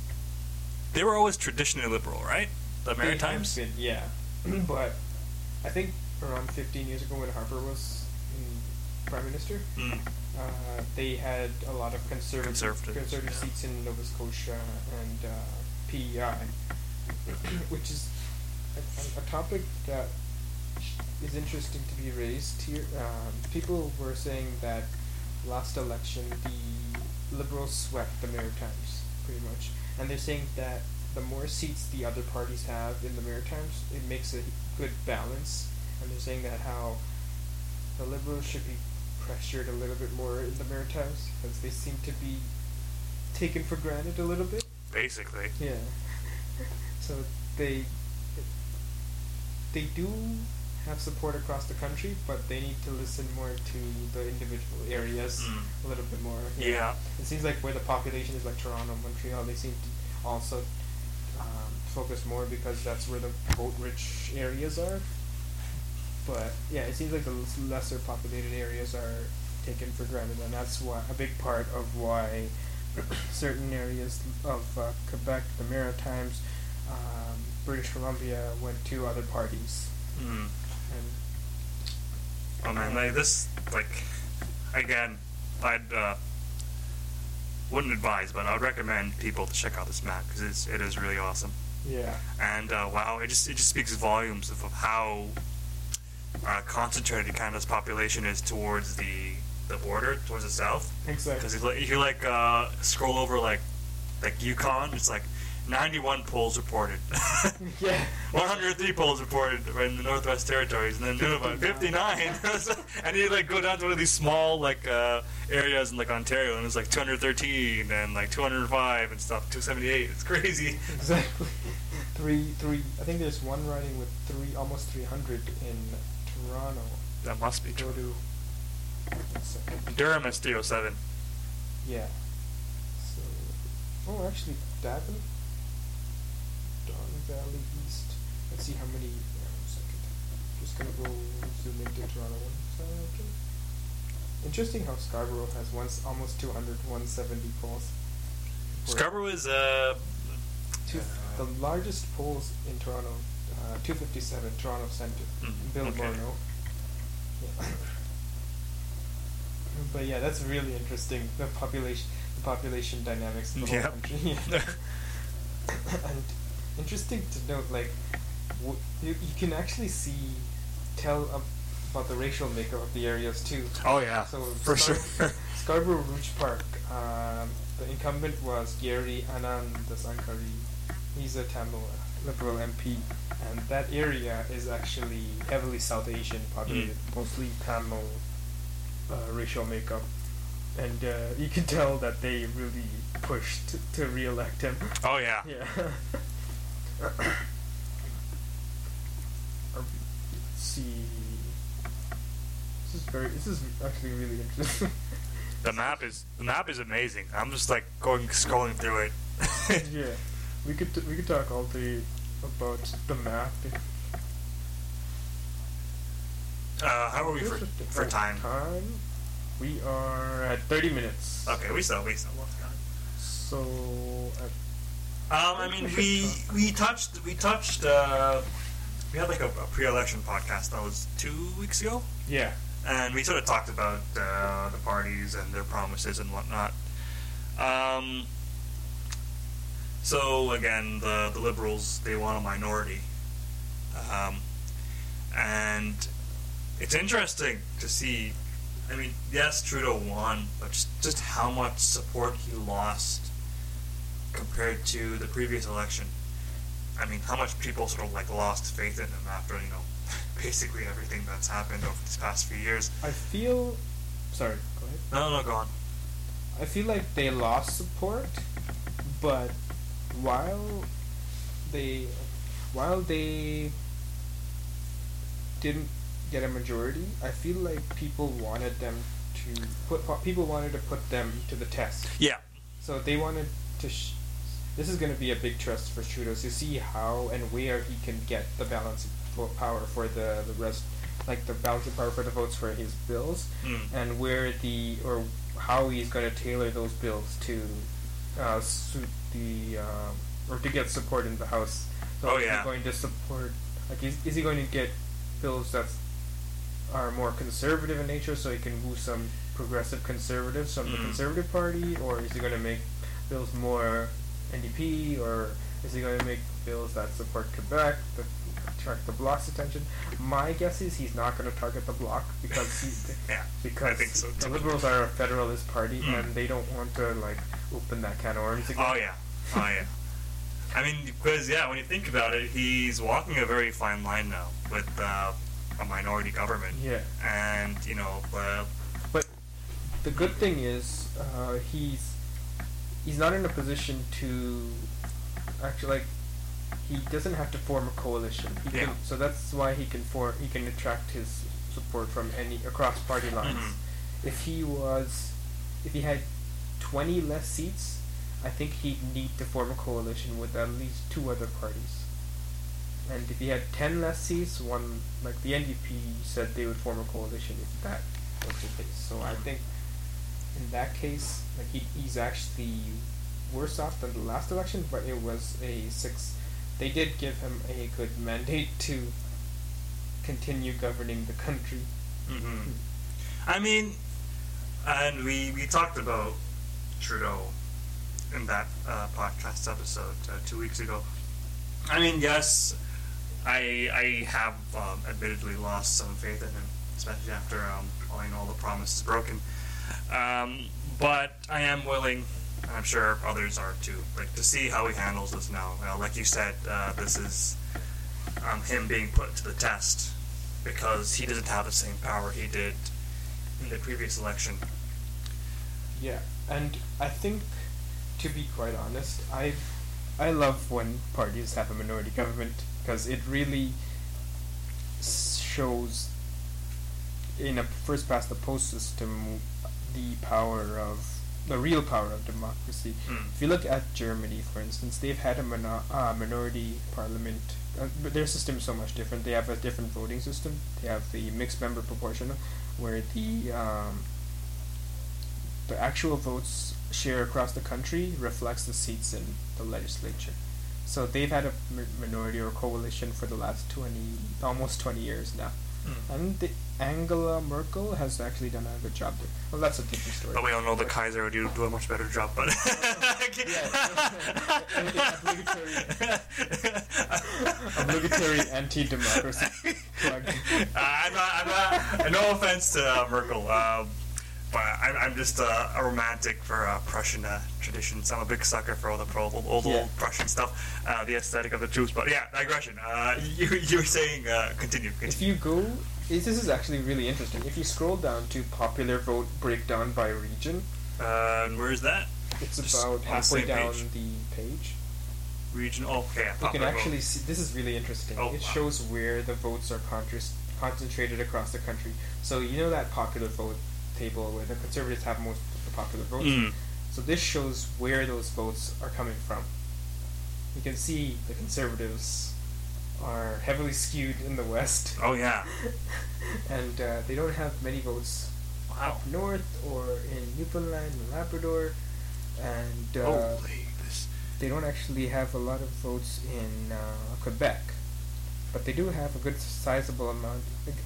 Speaker 1: They were always traditionally liberal, right? The
Speaker 2: They have
Speaker 1: Maritimes.
Speaker 2: been, yeah, [CLEARS THROAT] but I think around 15 years ago when Harper was in prime minister,
Speaker 1: Mm.
Speaker 2: Uh, they had a lot of conservative
Speaker 1: Conservative,
Speaker 2: conservative,
Speaker 1: yeah.
Speaker 2: seats in Nova Scotia and uh, PEI, [COUGHS] which is a, a- a topic that is interesting to be raised here. Um, people were saying that last election the Liberals swept the Maritimes pretty much, and they're saying that the more seats the other parties have in the Maritimes, it makes a good balance, and they're saying that how the Liberals should be pressured a little bit more in the Maritimes because they seem to be taken for granted a little bit.
Speaker 1: Basically.
Speaker 2: Yeah. [LAUGHS] so they they do have support across the country, but they need to listen more to the individual areas
Speaker 1: Mm.
Speaker 2: a little bit more.
Speaker 1: Yeah.
Speaker 2: It seems like where the population is like Toronto, Montreal, they seem to also um, focus more because that's where the vote rich areas are. But yeah, it seems like the l- lesser populated areas are taken for granted, and that's why a big part of why [COUGHS] certain areas of uh, Quebec, the Maritimes, um, British Columbia went to other parties.
Speaker 1: Mm.
Speaker 2: And
Speaker 1: Oh man, like this, like again, I'd uh, wouldn't advise, but I'd recommend people to check out this map because it's it is really awesome.
Speaker 2: yeah,
Speaker 1: and uh, wow, it just it just speaks volumes of, of how uh, concentrated Canada's population is towards the the border, towards the south. Because
Speaker 2: exactly.
Speaker 1: if, you- if you like uh, scroll over like like Yukon, it's like 91 polls reported,
Speaker 2: [LAUGHS]
Speaker 1: [LAUGHS]
Speaker 2: Yeah.
Speaker 1: 103 polls reported in the Northwest Territories, and then
Speaker 2: [LAUGHS]
Speaker 1: Nunavut 59. [LAUGHS] and you like go down to one of these small like uh, areas in like Ontario, and it's like 213 and like 205 and stuff, 278. It's crazy. [LAUGHS]
Speaker 2: Exactly. [LAUGHS] Three, three. I think there's one riding with three, almost 300 in Toronto.
Speaker 1: That must be
Speaker 2: Go
Speaker 1: true.
Speaker 2: to. one second.
Speaker 1: Durham is 307.
Speaker 2: Yeah. So, oh, actually, Davin, Don Valley East. Let's see how many. uh, One second. Just gonna go zoom into Toronto one second. Interesting how Scarborough has once almost 200, 170 polls. Where
Speaker 1: Scarborough is uh,
Speaker 2: Two, the largest polls in Toronto, uh, 257 Toronto Centre,
Speaker 1: Mm,
Speaker 2: Bill
Speaker 1: okay.
Speaker 2: Morneau. Yeah. but yeah, that's really interesting. The population, the population dynamics of the
Speaker 1: Yep.
Speaker 2: whole country. [LAUGHS] Yeah. and interesting to note, like w- you, you can actually see, tell ab- about the racial makeup of the areas too.
Speaker 1: [LAUGHS] oh yeah,
Speaker 2: So
Speaker 1: for
Speaker 2: Scar-
Speaker 1: sure.
Speaker 2: [LAUGHS] Scarborough Rouge Park. Um, the incumbent was Gary Anandasankari. He's a Tamil Liberal MP, and that area is actually heavily South Asian
Speaker 1: Mm.
Speaker 2: populated, mostly Tamil uh, racial makeup, and uh, you can [LAUGHS] tell that they really pushed to re-elect him.
Speaker 1: oh
Speaker 2: [LAUGHS]
Speaker 1: yeah.
Speaker 2: Yeah.
Speaker 1: [COUGHS]
Speaker 2: [COUGHS] Or- Let's see. This is very. This is actually really interesting.
Speaker 1: [LAUGHS] The map is the map is amazing. I'm just like going scrolling through it.
Speaker 2: [LAUGHS] yeah, we could t- we could talk all day about the map.
Speaker 1: [LAUGHS] Uh, how are we for, for time?
Speaker 2: Time. We are at thirty minutes.
Speaker 1: Okay, we still we still love time.
Speaker 2: So, uh,
Speaker 1: Um, I mean, we we touched we touched uh, we had like a, a pre-election podcast that was two weeks ago,
Speaker 2: Yeah.
Speaker 1: and we sort of talked about uh, the parties and their promises and whatnot. Um, so again, the the liberals they want a minority, um, and it's interesting to see. I mean, yes, Trudeau won, but just, just how much support he lost compared to the previous election. I mean, how much people sort of like lost faith in him after you know, [LAUGHS] basically everything that's happened over these past few years.
Speaker 2: I feel. Sorry, go ahead.
Speaker 1: No, no, go on.
Speaker 2: I feel like they lost support, but while they while they didn't get a majority, I feel like people wanted them to put people wanted to put them to the test.
Speaker 1: Yeah,
Speaker 2: So they wanted to. Sh- this is going to be a big test for Trudeau to see how and where he can get the balance of po- power for the the rest, like the balance of power for the votes for his bills,
Speaker 1: Mm.
Speaker 2: and where the or how he's going to tailor those bills to uh, suit the um, or to get support in the House. So
Speaker 1: Oh,
Speaker 2: is
Speaker 1: yeah.
Speaker 2: he going to support? Like, is is he going to get bills that are more conservative in nature, so he can woo some progressive conservatives from the
Speaker 1: Mm.
Speaker 2: Conservative Party, or is he going to make bills more NDP, or is he going to make bills that support Quebec, that attract the bloc's attention? My guess is he's not going to target the bloc because he,
Speaker 1: [LAUGHS] yeah.
Speaker 2: because
Speaker 1: I think so
Speaker 2: the
Speaker 1: too.
Speaker 2: Liberals are a federalist party,
Speaker 1: Mm.
Speaker 2: and they don't want to like open that can of worms again.
Speaker 1: Oh yeah, oh yeah. I mean, because yeah, when you think about it, he's walking a very fine line now with uh, a minority government,
Speaker 2: Yeah.
Speaker 1: and you know, uh,
Speaker 2: But the good thing is, uh, he's he's not in a position to actually like he doesn't have to form a coalition. He
Speaker 1: Yeah.
Speaker 2: can, so that's why he can form he can attract his support from any across party lines.
Speaker 1: Mhm.
Speaker 2: If he was if he had twenty less seats, I think he'd need to form a coalition with at least two other parties. And if he had ten less seats, one like the NDP said they would form a coalition if that was the case. So I think in that case, like he, he's actually worse off than the last election, but it was a six. They did give him a good mandate to continue governing the country.
Speaker 1: hmm I mean, and we we talked about Trudeau in that uh, podcast episode uh, two weeks ago. I mean, yes, I I have um, admittedly lost some faith in him, especially after um, all, you know, all the promises broken. Um, but I am willing, and I'm sure others are too, like to see how he handles this now. Uh, like you said, uh, this is um, him being put to the test because he doesn't have the same power he did in the previous election.
Speaker 2: Yeah, and I think, to be quite honest, I, I love when parties have a minority government because it really s- shows in a first past the post system the power of the real power of democracy.
Speaker 1: Mm.
Speaker 2: If you look at Germany, for instance, they've had a mono- uh, minority parliament, uh, but their system is so much different. They have a different voting system. They have the mixed member proportional, where the um, the actual votes share across the country reflects the seats in the legislature. So they've had a mi- minority or coalition for the last twenty, almost twenty years now.
Speaker 1: Mm.
Speaker 2: And the Angela Merkel has actually done a good job there. Well, that's a different story.
Speaker 1: But we all know the Kaiser would do, do a much better job. But
Speaker 2: Yeah. [LAUGHS] Obligatory anti-democracy plug.
Speaker 1: Uh, I'm not. I'm not. No offense to uh, Merkel, um, but I'm, I'm just uh, a romantic for uh, Prussian uh, traditions. I'm a big sucker for all the pro, old, old,
Speaker 2: Yeah.
Speaker 1: Prussian stuff, uh, the aesthetic of the troops. But yeah, digression. Uh, you, you were saying uh, continue. continue.
Speaker 2: If you go, it, this is actually really interesting. If you scroll down to popular vote breakdown by region,
Speaker 1: Uh, where is that?
Speaker 2: it's
Speaker 1: Just on
Speaker 2: about
Speaker 1: the
Speaker 2: halfway
Speaker 1: same
Speaker 2: down
Speaker 1: page.
Speaker 2: the page.
Speaker 1: Region. Oh, okay. I
Speaker 2: You
Speaker 1: thought
Speaker 2: can
Speaker 1: they were-
Speaker 2: actually see. This is really interesting.
Speaker 1: Oh,
Speaker 2: it
Speaker 1: wow.
Speaker 2: shows where the votes are contras- concentrated across the country. So you know that popular vote table where the conservatives have most of the popular votes.
Speaker 1: Mm.
Speaker 2: So this shows where those votes are coming from. You can see the conservatives are heavily skewed in the west,
Speaker 1: Oh yeah.
Speaker 2: [LAUGHS] and uh, they don't have many votes
Speaker 1: Wow.
Speaker 2: up north or in Newfoundland and Labrador, and uh,
Speaker 1: Oh. Holy. This.
Speaker 2: they don't actually have a lot of votes in uh, Quebec, but they do have a good sizable amount,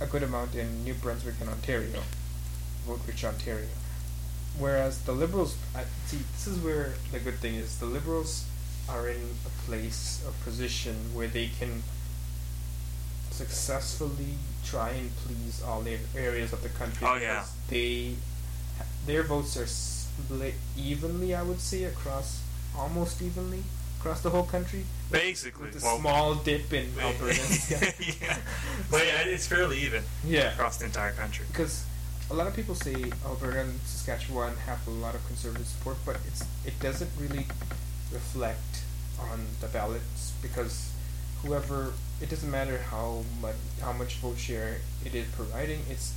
Speaker 2: a good amount in New Brunswick and Ontario, vote rich Ontario. Whereas the Liberals, I, see, this is where the good thing is the Liberals are in a place, a position where they can successfully try and please all a- areas of the country.
Speaker 1: Oh, yeah.
Speaker 2: because They, their votes are split evenly, I would say, across almost evenly across the whole country.
Speaker 1: Basically,
Speaker 2: With a
Speaker 1: well,
Speaker 2: small dip
Speaker 1: [LAUGHS]
Speaker 2: in Alberta.
Speaker 1: yeah.
Speaker 2: [LAUGHS]
Speaker 1: But yeah, it's fairly even
Speaker 2: yeah,
Speaker 1: across the entire country.
Speaker 2: because a lot of people say Alberta and Saskatchewan have a lot of conservative support, but it's it doesn't really reflect on the ballots because whoever it doesn't matter how much how much vote share it is providing, it's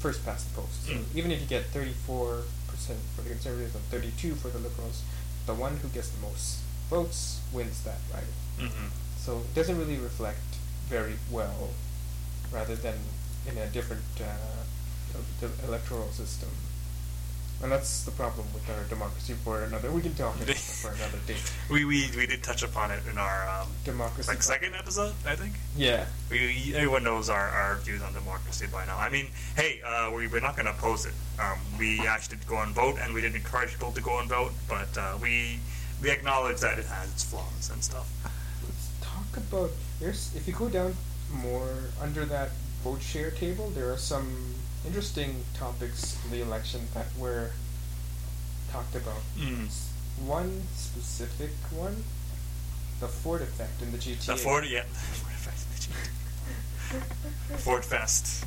Speaker 2: first past the post. So
Speaker 1: Mm.
Speaker 2: Even if you get thirty four percent for the conservatives and thirty two for the liberals, the one who gets the most votes wins that right.
Speaker 1: hmm
Speaker 2: So it doesn't really reflect very well, rather than in a different uh, the, the electoral system. And that's the problem with our democracy for another. We can talk about it for another day.
Speaker 1: [LAUGHS] We, we we did touch upon it in our um,
Speaker 2: Democracy.
Speaker 1: like second episode, I think.
Speaker 2: Yeah.
Speaker 1: We, everyone knows our, our views on democracy by now. I mean, hey, uh, we, we're not going to oppose it. Um, we actually did go and vote, and we did encourage people to go and vote, but uh, we we acknowledge that it has its flaws and stuff.
Speaker 2: Let's talk about there's if you go down more under that vote share table, there are some interesting topics in the election that were talked about.
Speaker 1: Mm-hmm.
Speaker 2: One specific one, the Ford effect in the GTA.
Speaker 1: The Ford, yeah. Ford Fest. Ford Fest.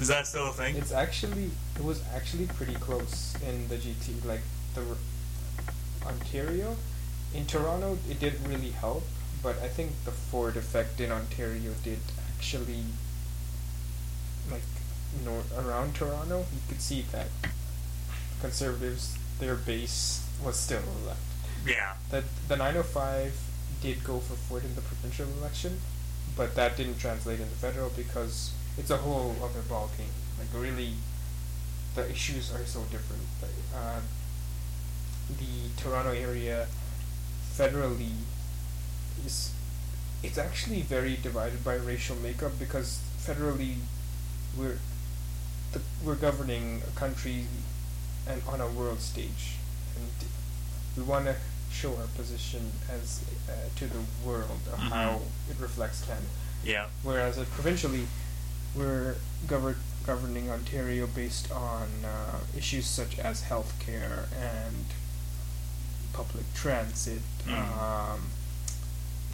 Speaker 1: Is that still a thing?
Speaker 2: It's actually it was actually pretty close in the GT, like the r- Ontario. In Toronto, it didn't really help, but I think the Ford effect in Ontario did actually, like, nor- around Toronto, you could see that conservatives their base was still left.
Speaker 1: yeah.
Speaker 2: That the 905 did go for Ford in the provincial election, but that didn't translate into federal because it's a whole other ballgame. Like really, the issues are so different. Like, uh, the Toronto area, federally, is it's actually very divided by racial makeup because federally, we're the, we're governing a country and on a world stage, and we want to show our position as uh, to the world of
Speaker 1: Mhm.
Speaker 2: how it reflects Canada.
Speaker 1: Yeah.
Speaker 2: Whereas uh, provincially, we're govern- governing Ontario based on uh, issues such as healthcare and public transit.
Speaker 1: Mm.
Speaker 2: Um,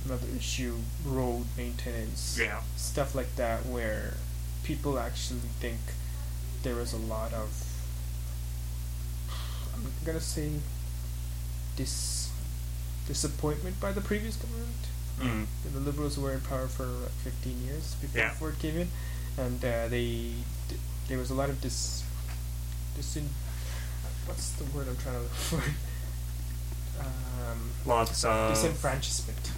Speaker 2: another issue, road maintenance
Speaker 1: Yeah.
Speaker 2: stuff like that where people actually think there is a lot of I'm gonna say dis disappointment by the previous government.
Speaker 1: Mm.
Speaker 2: The Liberals were in power for like, 15 years before
Speaker 1: Yeah.
Speaker 2: Ford came in, and uh, they d- there was a lot of dis disin what's the word I'm trying to look [LAUGHS] for um,
Speaker 1: Lots of.
Speaker 2: disenfranchisement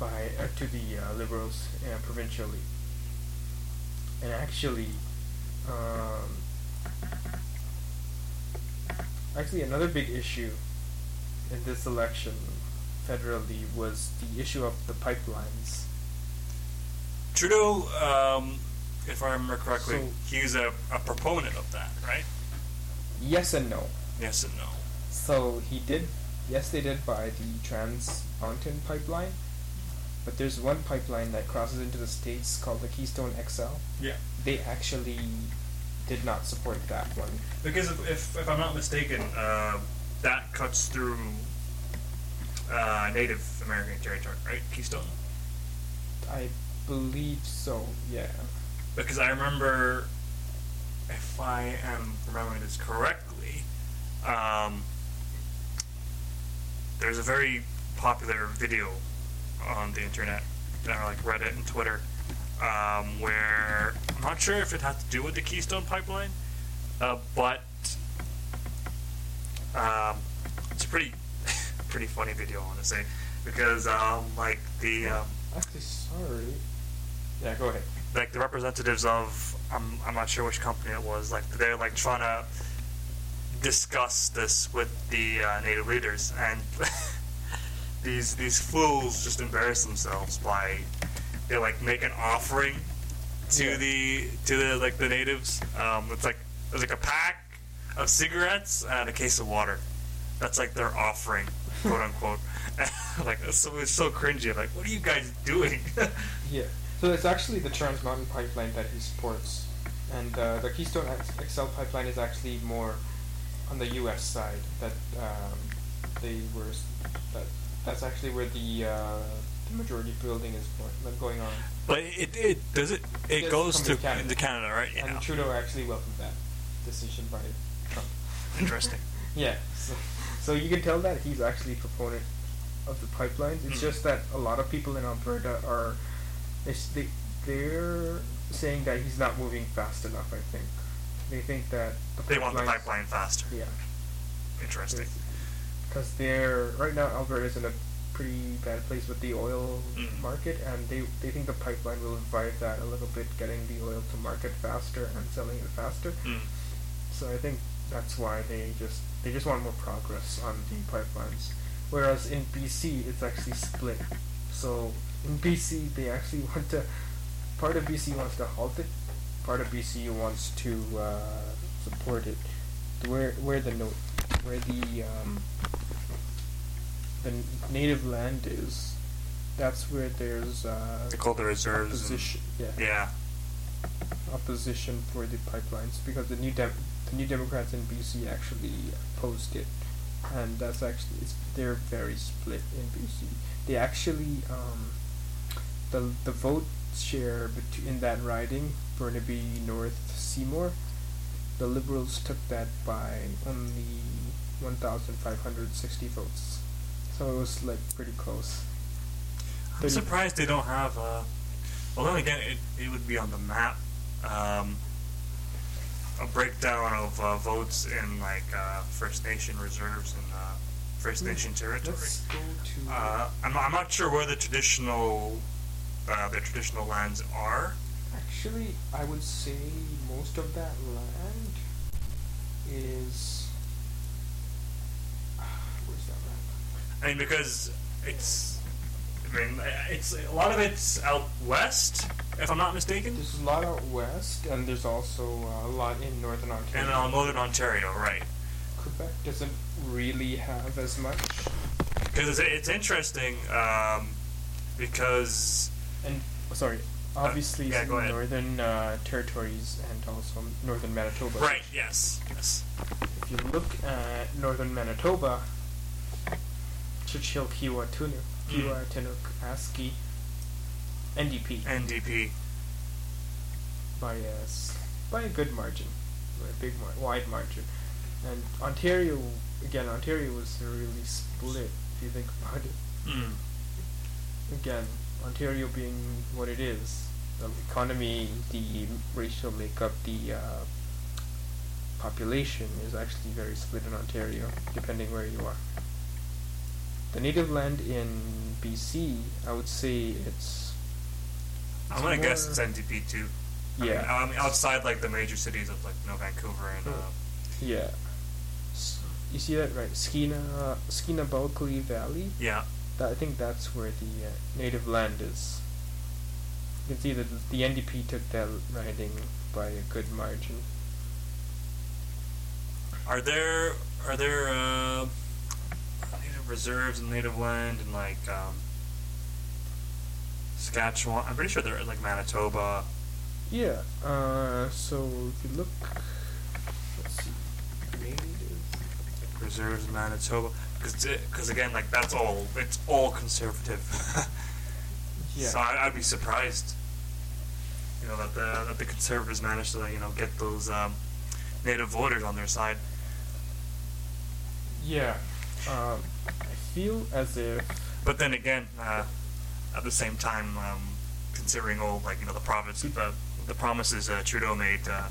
Speaker 2: by uh, to the uh, liberals uh, provincially, and actually, um, actually another big issue in this election federally was the issue of the pipelines.
Speaker 1: Trudeau, um, if I remember correctly,
Speaker 2: So-
Speaker 1: he's a, a proponent of that, right?
Speaker 2: Yes and no.
Speaker 1: Yes and no.
Speaker 2: So he did. Yes, they did buy the Trans Mountain pipeline, but there's one pipeline that crosses into the states called the Keystone XL.
Speaker 1: Yeah.
Speaker 2: they actually did not support that one.
Speaker 1: Because if, if, if I'm not mistaken, uh, that cuts through uh, Native American territory, right? Keystone.
Speaker 2: I believe so. Yeah.
Speaker 1: Because I remember, if I am remembering this correctly, um, there's a very popular video on the internet, uh, like Reddit and Twitter, um, where I'm not sure if it had to do with the Keystone Pipeline, uh, but um, it's a pretty, [LAUGHS] pretty funny video, honestly, because um, like the um,
Speaker 2: Oh, Actually, sorry. Yeah, go ahead.
Speaker 1: like the representatives of I'm, I'm not sure which company it was like they're like trying to discuss this with the uh, native leaders and [LAUGHS] these these fools just embarrass themselves by they like make an offering to
Speaker 2: Yeah.
Speaker 1: the to the like the natives. Um, it's like it's like a pack of cigarettes and a case of water. That's like their offering, quote unquote. [LAUGHS] like it's so it's so cringy. Like what are you guys doing? [LAUGHS]
Speaker 2: Yeah. So it's actually the Trans Mountain Pipeline that he supports, and uh, the Keystone X- XL pipeline is actually more on the U.S. side. That um, they were s- that that's actually where the uh, the majority building is go- like, going on.
Speaker 1: but it it does it it
Speaker 2: Yes,
Speaker 1: goes
Speaker 2: from
Speaker 1: to
Speaker 2: Canada.
Speaker 1: into Canada, right? Yeah.
Speaker 2: And Trudeau actually welcomed that decision by Trump.
Speaker 1: Interesting.
Speaker 2: [LAUGHS] Yeah. So, so you can tell that he's actually a proponent of the pipelines. It's
Speaker 1: Mm.
Speaker 2: just that a lot of people in Alberta are they s- they they're saying that he's not moving fast enough. I think they think that the
Speaker 1: They want the
Speaker 2: pipelines-
Speaker 1: pipeline faster.
Speaker 2: Yeah,
Speaker 1: Interesting.
Speaker 2: because they're right now Alberta's in a pretty bad place with the oil
Speaker 1: Mm.
Speaker 2: market, and they they think the pipeline will revive that a little bit, getting the oil to market faster and selling it faster.
Speaker 1: Mm.
Speaker 2: So I think that's why they just they just want more progress on the pipelines. Whereas in BC it's actually split. So in BC they actually [LAUGHS] want to part of BC wants to halt it, part of BC wants to uh, support it. Where where the no, where the um, the n- native land is, that's where there's uh,
Speaker 1: They call the reserves. and-
Speaker 2: opposition. yeah
Speaker 1: yeah.
Speaker 2: opposition for the pipelines because the new Dem- the new Democrats in BC actually opposed it, and that's actually it's, they're very split in BC. They actually um, the the vote share bet- in that riding Burnaby North Seymour, the Liberals took that by only one thousand five hundred sixty votes, so it was like pretty close.
Speaker 1: I'm
Speaker 2: Thirty-
Speaker 1: surprised they don't have. Uh, well, then again, it, it would be on the map. Um, a breakdown of uh, votes in like uh, First Nation reserves and uh, First
Speaker 2: Hmm.
Speaker 1: Nation territory.
Speaker 2: Let's go to
Speaker 1: Uh, I'm, I'm not sure where the traditional uh, the traditional lands are.
Speaker 2: Actually, I would say most of that land is. [SIGHS] Where's that land?
Speaker 1: I mean, because it's. I mean, it's a lot of it's out west, if I'm not mistaken,
Speaker 2: There's a lot out west, and there's also uh, a lot in northern Ontario.
Speaker 1: and uh, northern Ontario, right?
Speaker 2: Quebec doesn't really have as much,
Speaker 1: Because it's, it's interesting um, because
Speaker 2: and oh, sorry, obviously
Speaker 1: Uh, yeah,
Speaker 2: it's
Speaker 1: go ahead.
Speaker 2: northern uh, territories and also northern Manitoba.
Speaker 1: right, yes, yes,
Speaker 2: If you look at northern Manitoba, Churchill, Kiwa, Tunu, Kiwa, Tinuk, Aski, NDP.
Speaker 1: NDP.
Speaker 2: by a s- by a good margin, by a big mar- wide margin. And Ontario, again, Ontario was really split. If you think about it,
Speaker 1: Mm.
Speaker 2: again, Ontario being what it is, the economy, the racial makeup, the uh, population is actually very split in Ontario, depending where you are. The native land in BC, I would say it's
Speaker 1: I'm gonna
Speaker 2: It's
Speaker 1: guess
Speaker 2: more-
Speaker 1: it's NDP too. I mean,
Speaker 2: yeah.
Speaker 1: I mean, outside like the major cities of like you know, Vancouver and uh,
Speaker 2: Yeah. S- You see that right? Skeena, Skeena Bulkley Valley.
Speaker 1: yeah,
Speaker 2: That, I think that's where the uh, native land is. You can see that the NDP took that riding by a good margin.
Speaker 1: are there are there uh, native reserves and native land and like um, Saskatchewan? I'm pretty sure they're in, like Manitoba.
Speaker 2: Yeah. Uh. So if you look, let's see. Native.
Speaker 1: reserves in Manitoba because again like that's all it's all conservative [LAUGHS]
Speaker 2: Yeah.
Speaker 1: so I, I'd be surprised you know that the that the conservatives managed to you know get those um, native voters on their side
Speaker 2: Yeah. Um. I feel as if.
Speaker 1: but then again uh, at the same time um, considering all like you know the province the, the promises uh, Trudeau made uh,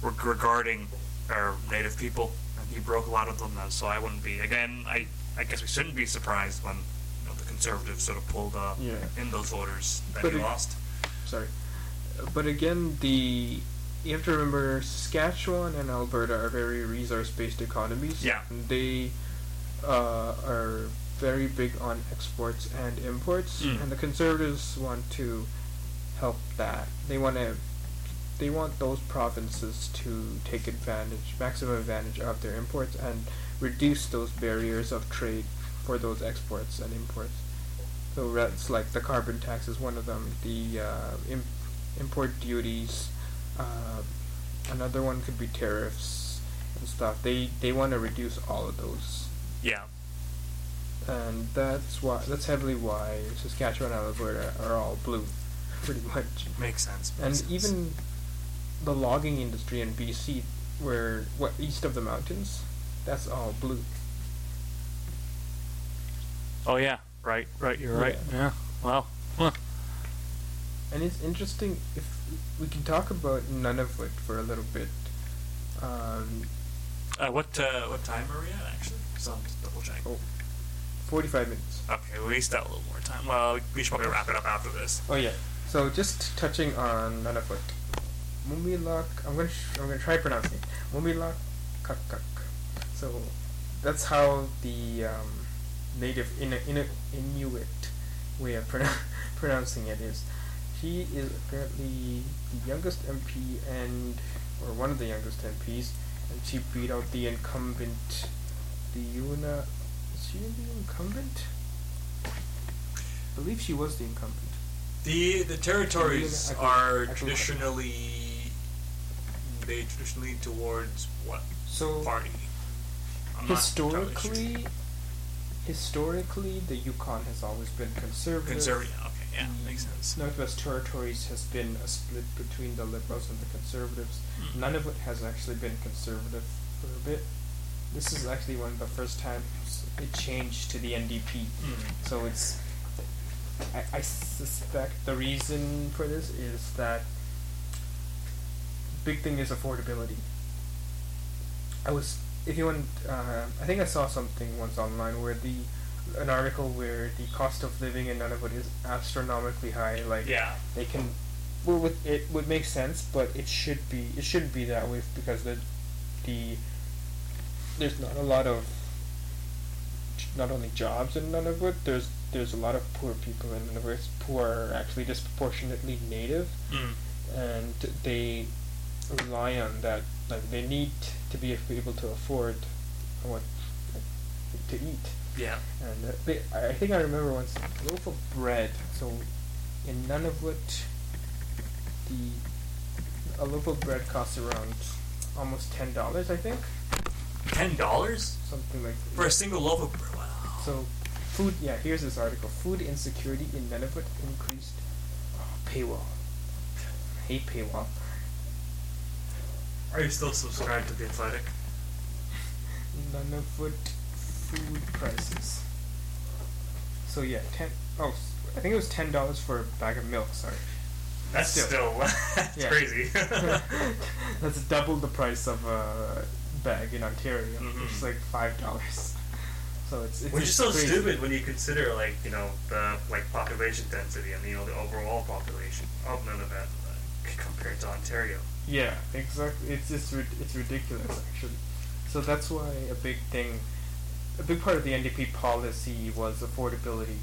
Speaker 1: reg- regarding our native people and he broke a lot of them uh, so I wouldn't be again I I guess we shouldn't be surprised when you know, the conservatives sort of pulled uh,
Speaker 2: Yeah.
Speaker 1: in those voters that
Speaker 2: But
Speaker 1: he
Speaker 2: it-
Speaker 1: lost
Speaker 2: Sorry. But again, the you have to remember Saskatchewan and Alberta are very resource-based economies.
Speaker 1: Yeah.
Speaker 2: And They uh, are very big on exports and imports,
Speaker 1: Mm.
Speaker 2: and the conservatives want to help that. They want to. They want those provinces to take advantage, maximum advantage of their imports, and reduce those barriers of trade for those exports and imports. So that's like the carbon tax is one of them. The uh, imp- import duties. Uh, another one could be tariffs and stuff. They they want to reduce all of those
Speaker 1: Yeah.
Speaker 2: and that's why that's heavily why Saskatchewan and Alberta are all blue, pretty much.
Speaker 1: Makes sense.
Speaker 2: And
Speaker 1: makes sense.
Speaker 2: even the logging industry in BC, where what east of the mountains, that's all blue.
Speaker 1: Oh yeah, right, right. You're right. Yeah. Wow. Huh.
Speaker 2: And it's interesting if we can talk about Nunavut for a little bit. Um,
Speaker 1: Uh, what uh, what time are we at actually? So I'm just double checking.
Speaker 2: oh, 45 minutes.
Speaker 1: Okay, we least got a little more time. Well, we should probably wrap it up after this.
Speaker 2: Oh yeah. So just touching on Nunavut, Mumilak. I'm gonna sh- I'm gonna try pronouncing it. Mumilak Kakak. So that's how the um, native Inu- Inu- Inuit way of pronoun [LAUGHS] pronouncing it is. He is apparently the youngest MP and or one of the youngest MPs, and she beat out the incumbent, the Una. Is she the incumbent? I believe she was the incumbent.
Speaker 1: The the territories
Speaker 2: Actually-
Speaker 1: are
Speaker 2: actually-
Speaker 1: traditionally they traditionally lean towards what
Speaker 2: So
Speaker 1: party? I'm not entirely sure.
Speaker 2: historically, historically, the Yukon has always been conservative.
Speaker 1: conservative. Okay, yeah,
Speaker 2: Mm.
Speaker 1: makes sense.
Speaker 2: Northwest Territories has been a split between the Liberals and the Conservatives.
Speaker 1: Hmm.
Speaker 2: None of it has actually been conservative for a bit. This is actually one of the first times it changed to the NDP.
Speaker 1: Mm.
Speaker 2: So it's. I, I suspect the reason for this is that. Big thing is affordability. I was. If you want. Uh, I think I saw something once online where the. An article where the cost of living in Nunavut is astronomically high. Like
Speaker 1: Yeah,
Speaker 2: they can. Well, with, it would make sense, but it should be it shouldn't be that way because the the there's not a lot of j- not only jobs in Nunavut. There's there's a lot of poor people in Nunavut. It's Poor are actually disproportionately native,
Speaker 1: mm.
Speaker 2: and they rely on that. Like they need to be able to afford what like, to eat.
Speaker 1: yeah.
Speaker 2: And uh, they, I I think I remember once a loaf of bread. So in Nunavut, the a loaf of bread costs around almost ten dollars, I think,
Speaker 1: Ten dollars
Speaker 2: something like
Speaker 1: for a single loaf of bread. Wow.
Speaker 2: So food. Yeah, here's this article. Food insecurity in Nunavut increased. Oh, paywall. I hate paywall.
Speaker 1: Are you still subscribed to the Athletic?
Speaker 2: Nunavut food prices. So yeah, ten. Oh, s- I think it was ten dollars for a bag of milk. Sorry.
Speaker 1: That's
Speaker 2: Still.
Speaker 1: still [LAUGHS] that's
Speaker 2: Yeah.
Speaker 1: [LAUGHS] crazy.
Speaker 2: [LAUGHS] That's double the price of a bag in Ontario.
Speaker 1: Mhm.
Speaker 2: It's like five dollars. So it's, it's
Speaker 1: Which is
Speaker 2: just
Speaker 1: so
Speaker 2: crazy.
Speaker 1: stupid when you consider like you know the like population density and you know the overall population of Nunavut uh, c- compared to Ontario.
Speaker 2: Yeah, exactly. It's just rid- it's ridiculous actually. So that's why a big thing, a big part of the NDP policy was affordability,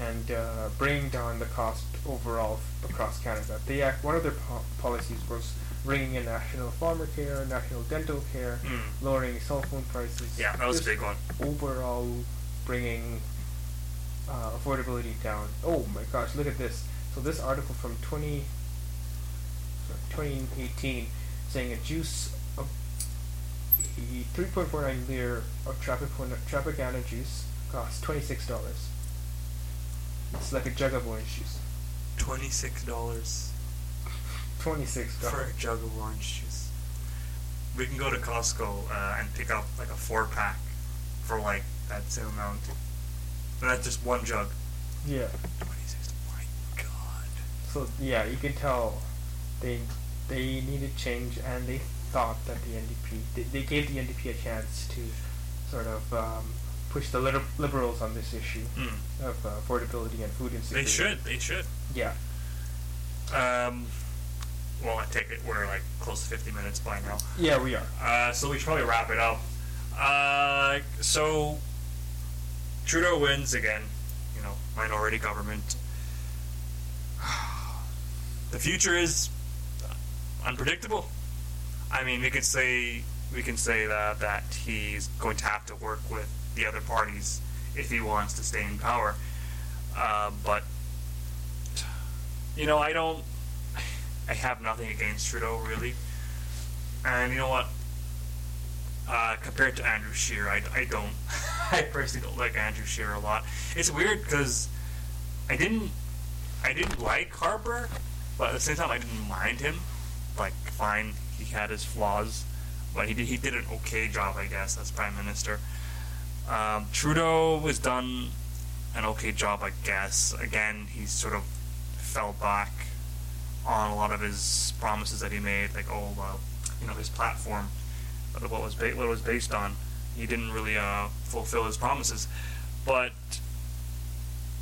Speaker 2: and uh, bringing down the cost overall f- across Canada. They act one of their po- policies was bringing in national farmer care, national dental care,
Speaker 1: Mm.
Speaker 2: lowering cell phone prices.
Speaker 1: Yeah, that was a
Speaker 2: Just
Speaker 1: big one.
Speaker 2: overall bringing uh, affordability down. Oh my gosh, look at this. So this article from 20, sorry, 2018 saying a juice of a 3.49 liter of Tropicana, Tropicana juice costs $26. It's like a jug of orange juice.
Speaker 1: Twenty six dollars
Speaker 2: $26.
Speaker 1: for a jug of orange juice. We can go to Costco uh, and pick up like a four pack for like that same amount. And that's just one jug.
Speaker 2: yeah.
Speaker 1: Twenty six. My God.
Speaker 2: So yeah, you can tell they they needed change, and they thought that the NDP they, they gave the NDP a chance to sort of um, push the liber- liberals on this issue
Speaker 1: Mm.
Speaker 2: of uh, affordability and food
Speaker 1: They
Speaker 2: insecurity.
Speaker 1: should. They should.
Speaker 2: Yeah.
Speaker 1: Um, well, I take it we're like close to fifty minutes by now.
Speaker 2: Yeah, we are.
Speaker 1: Uh, so we should probably wrap it up. Uh, so Trudeau wins again, you know, minority government. [SIGHS] The future is unpredictable. I mean, we could say we can say that that he's going to have to work with the other parties if he wants to stay in power. Uh, but you know, I don't. [SIGHS] I have nothing against Trudeau really, and you know what? Uh, compared to Andrew Shear, I, I don't. [LAUGHS] I personally don't like Andrew Shear a lot. It's weird because I didn't I didn't like Harper, but at the same time I didn't mind him. Like, fine, he had his flaws, but he did, he did an okay job, I guess, as prime minister. Um, Trudeau has done an okay job, I guess. Again, he sort of fell back on a lot of his promises that he made, like oh, well, you know, his platform, what was ba- what it was based on. He didn't really uh, fulfill his promises, but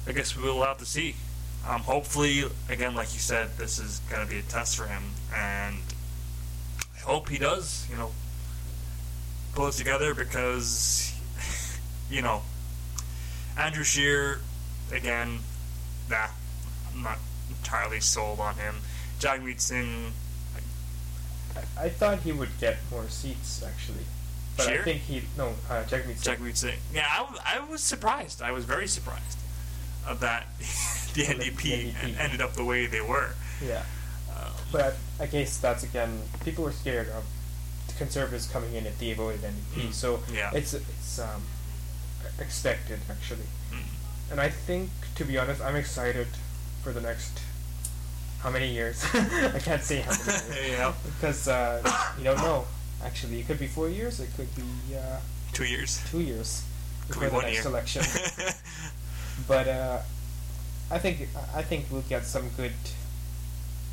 Speaker 1: I guess we'll have to see. Um, hopefully, again, like you said, this is gonna be a test for him, and I hope he does, you know, pull it together because, you know, Andrew Shear, again, nah, I'm not entirely sold on him. Jagmeet Singh,
Speaker 2: I, I thought he would get more seats actually, but
Speaker 1: Sheer?
Speaker 2: I think he no uh, Jagmeet Singh.
Speaker 1: Jagmeet Singh. Yeah, I, w- I was surprised. I was very surprised uh, that [LAUGHS] the
Speaker 2: The
Speaker 1: NDP
Speaker 2: NDP.
Speaker 1: ended up the way they were.
Speaker 2: Yeah,
Speaker 1: Um,
Speaker 2: but I guess that's again people are scared of the conservatives coming in and devoted NDP,
Speaker 1: Mm.
Speaker 2: so
Speaker 1: Yeah.
Speaker 2: it's it's um, expected actually.
Speaker 1: mm,
Speaker 2: And I think, to be honest, I'm excited for the next how many years? [LAUGHS] [LAUGHS] I can't say how
Speaker 1: [LAUGHS]
Speaker 2: many years.
Speaker 1: Yeah.
Speaker 2: Because uh, you don't know. Actually, it could be four years. It could be uh,
Speaker 1: two years.
Speaker 2: two years
Speaker 1: Could
Speaker 2: before
Speaker 1: be
Speaker 2: the
Speaker 1: one
Speaker 2: next
Speaker 1: year. [LAUGHS]
Speaker 2: election. but uh, I think I think we'll get some good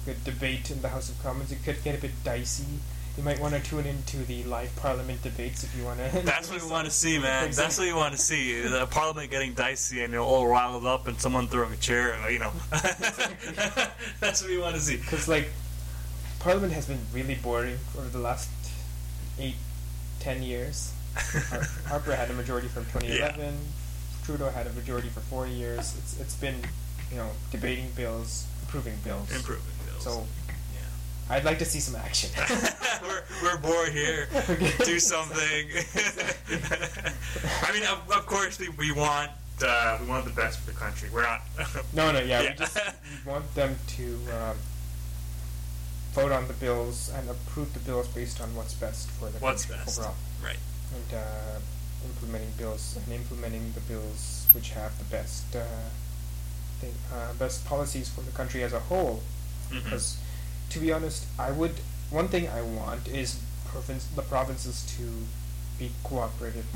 Speaker 2: good debate in the House of Commons. It could get a bit dicey. You might want to tune into the live Parliament debates if you want to.
Speaker 1: That's what we want to see, man. That's what we want to see.
Speaker 2: [LAUGHS]
Speaker 1: The parliament getting dicey and they're all riled up and someone throwing a chair, uh, you know. [LAUGHS] That's what we want to see.
Speaker 2: Because like, Parliament has been really boring over the last eight, ten years.
Speaker 1: [LAUGHS]
Speaker 2: Har- Harper had a majority from 2011. Trudeau had a majority for four years. It's it's been, you know, debating bills, approving bills.
Speaker 1: Improving bills.
Speaker 2: So
Speaker 1: yeah.
Speaker 2: I'd like to see some action.
Speaker 1: [LAUGHS] we're, we're bored
Speaker 2: [LAUGHS]
Speaker 1: here. Do something. [LAUGHS] I mean, of, of course, we, we want uh, we want the best for the country. We're not.
Speaker 2: No, no, yeah,
Speaker 1: [LAUGHS] Yeah.
Speaker 2: we just we want them to um, vote on the bills and approve the bills based on what's best for the
Speaker 1: What's
Speaker 2: country
Speaker 1: best.
Speaker 2: overall,
Speaker 1: right.
Speaker 2: and uh, implementing bills and implementing the bills which have the best uh, thing, uh, best policies for the country as a whole.
Speaker 1: Mhm.
Speaker 2: Because, to be honest, I would one thing I want is province the provinces to be cooperative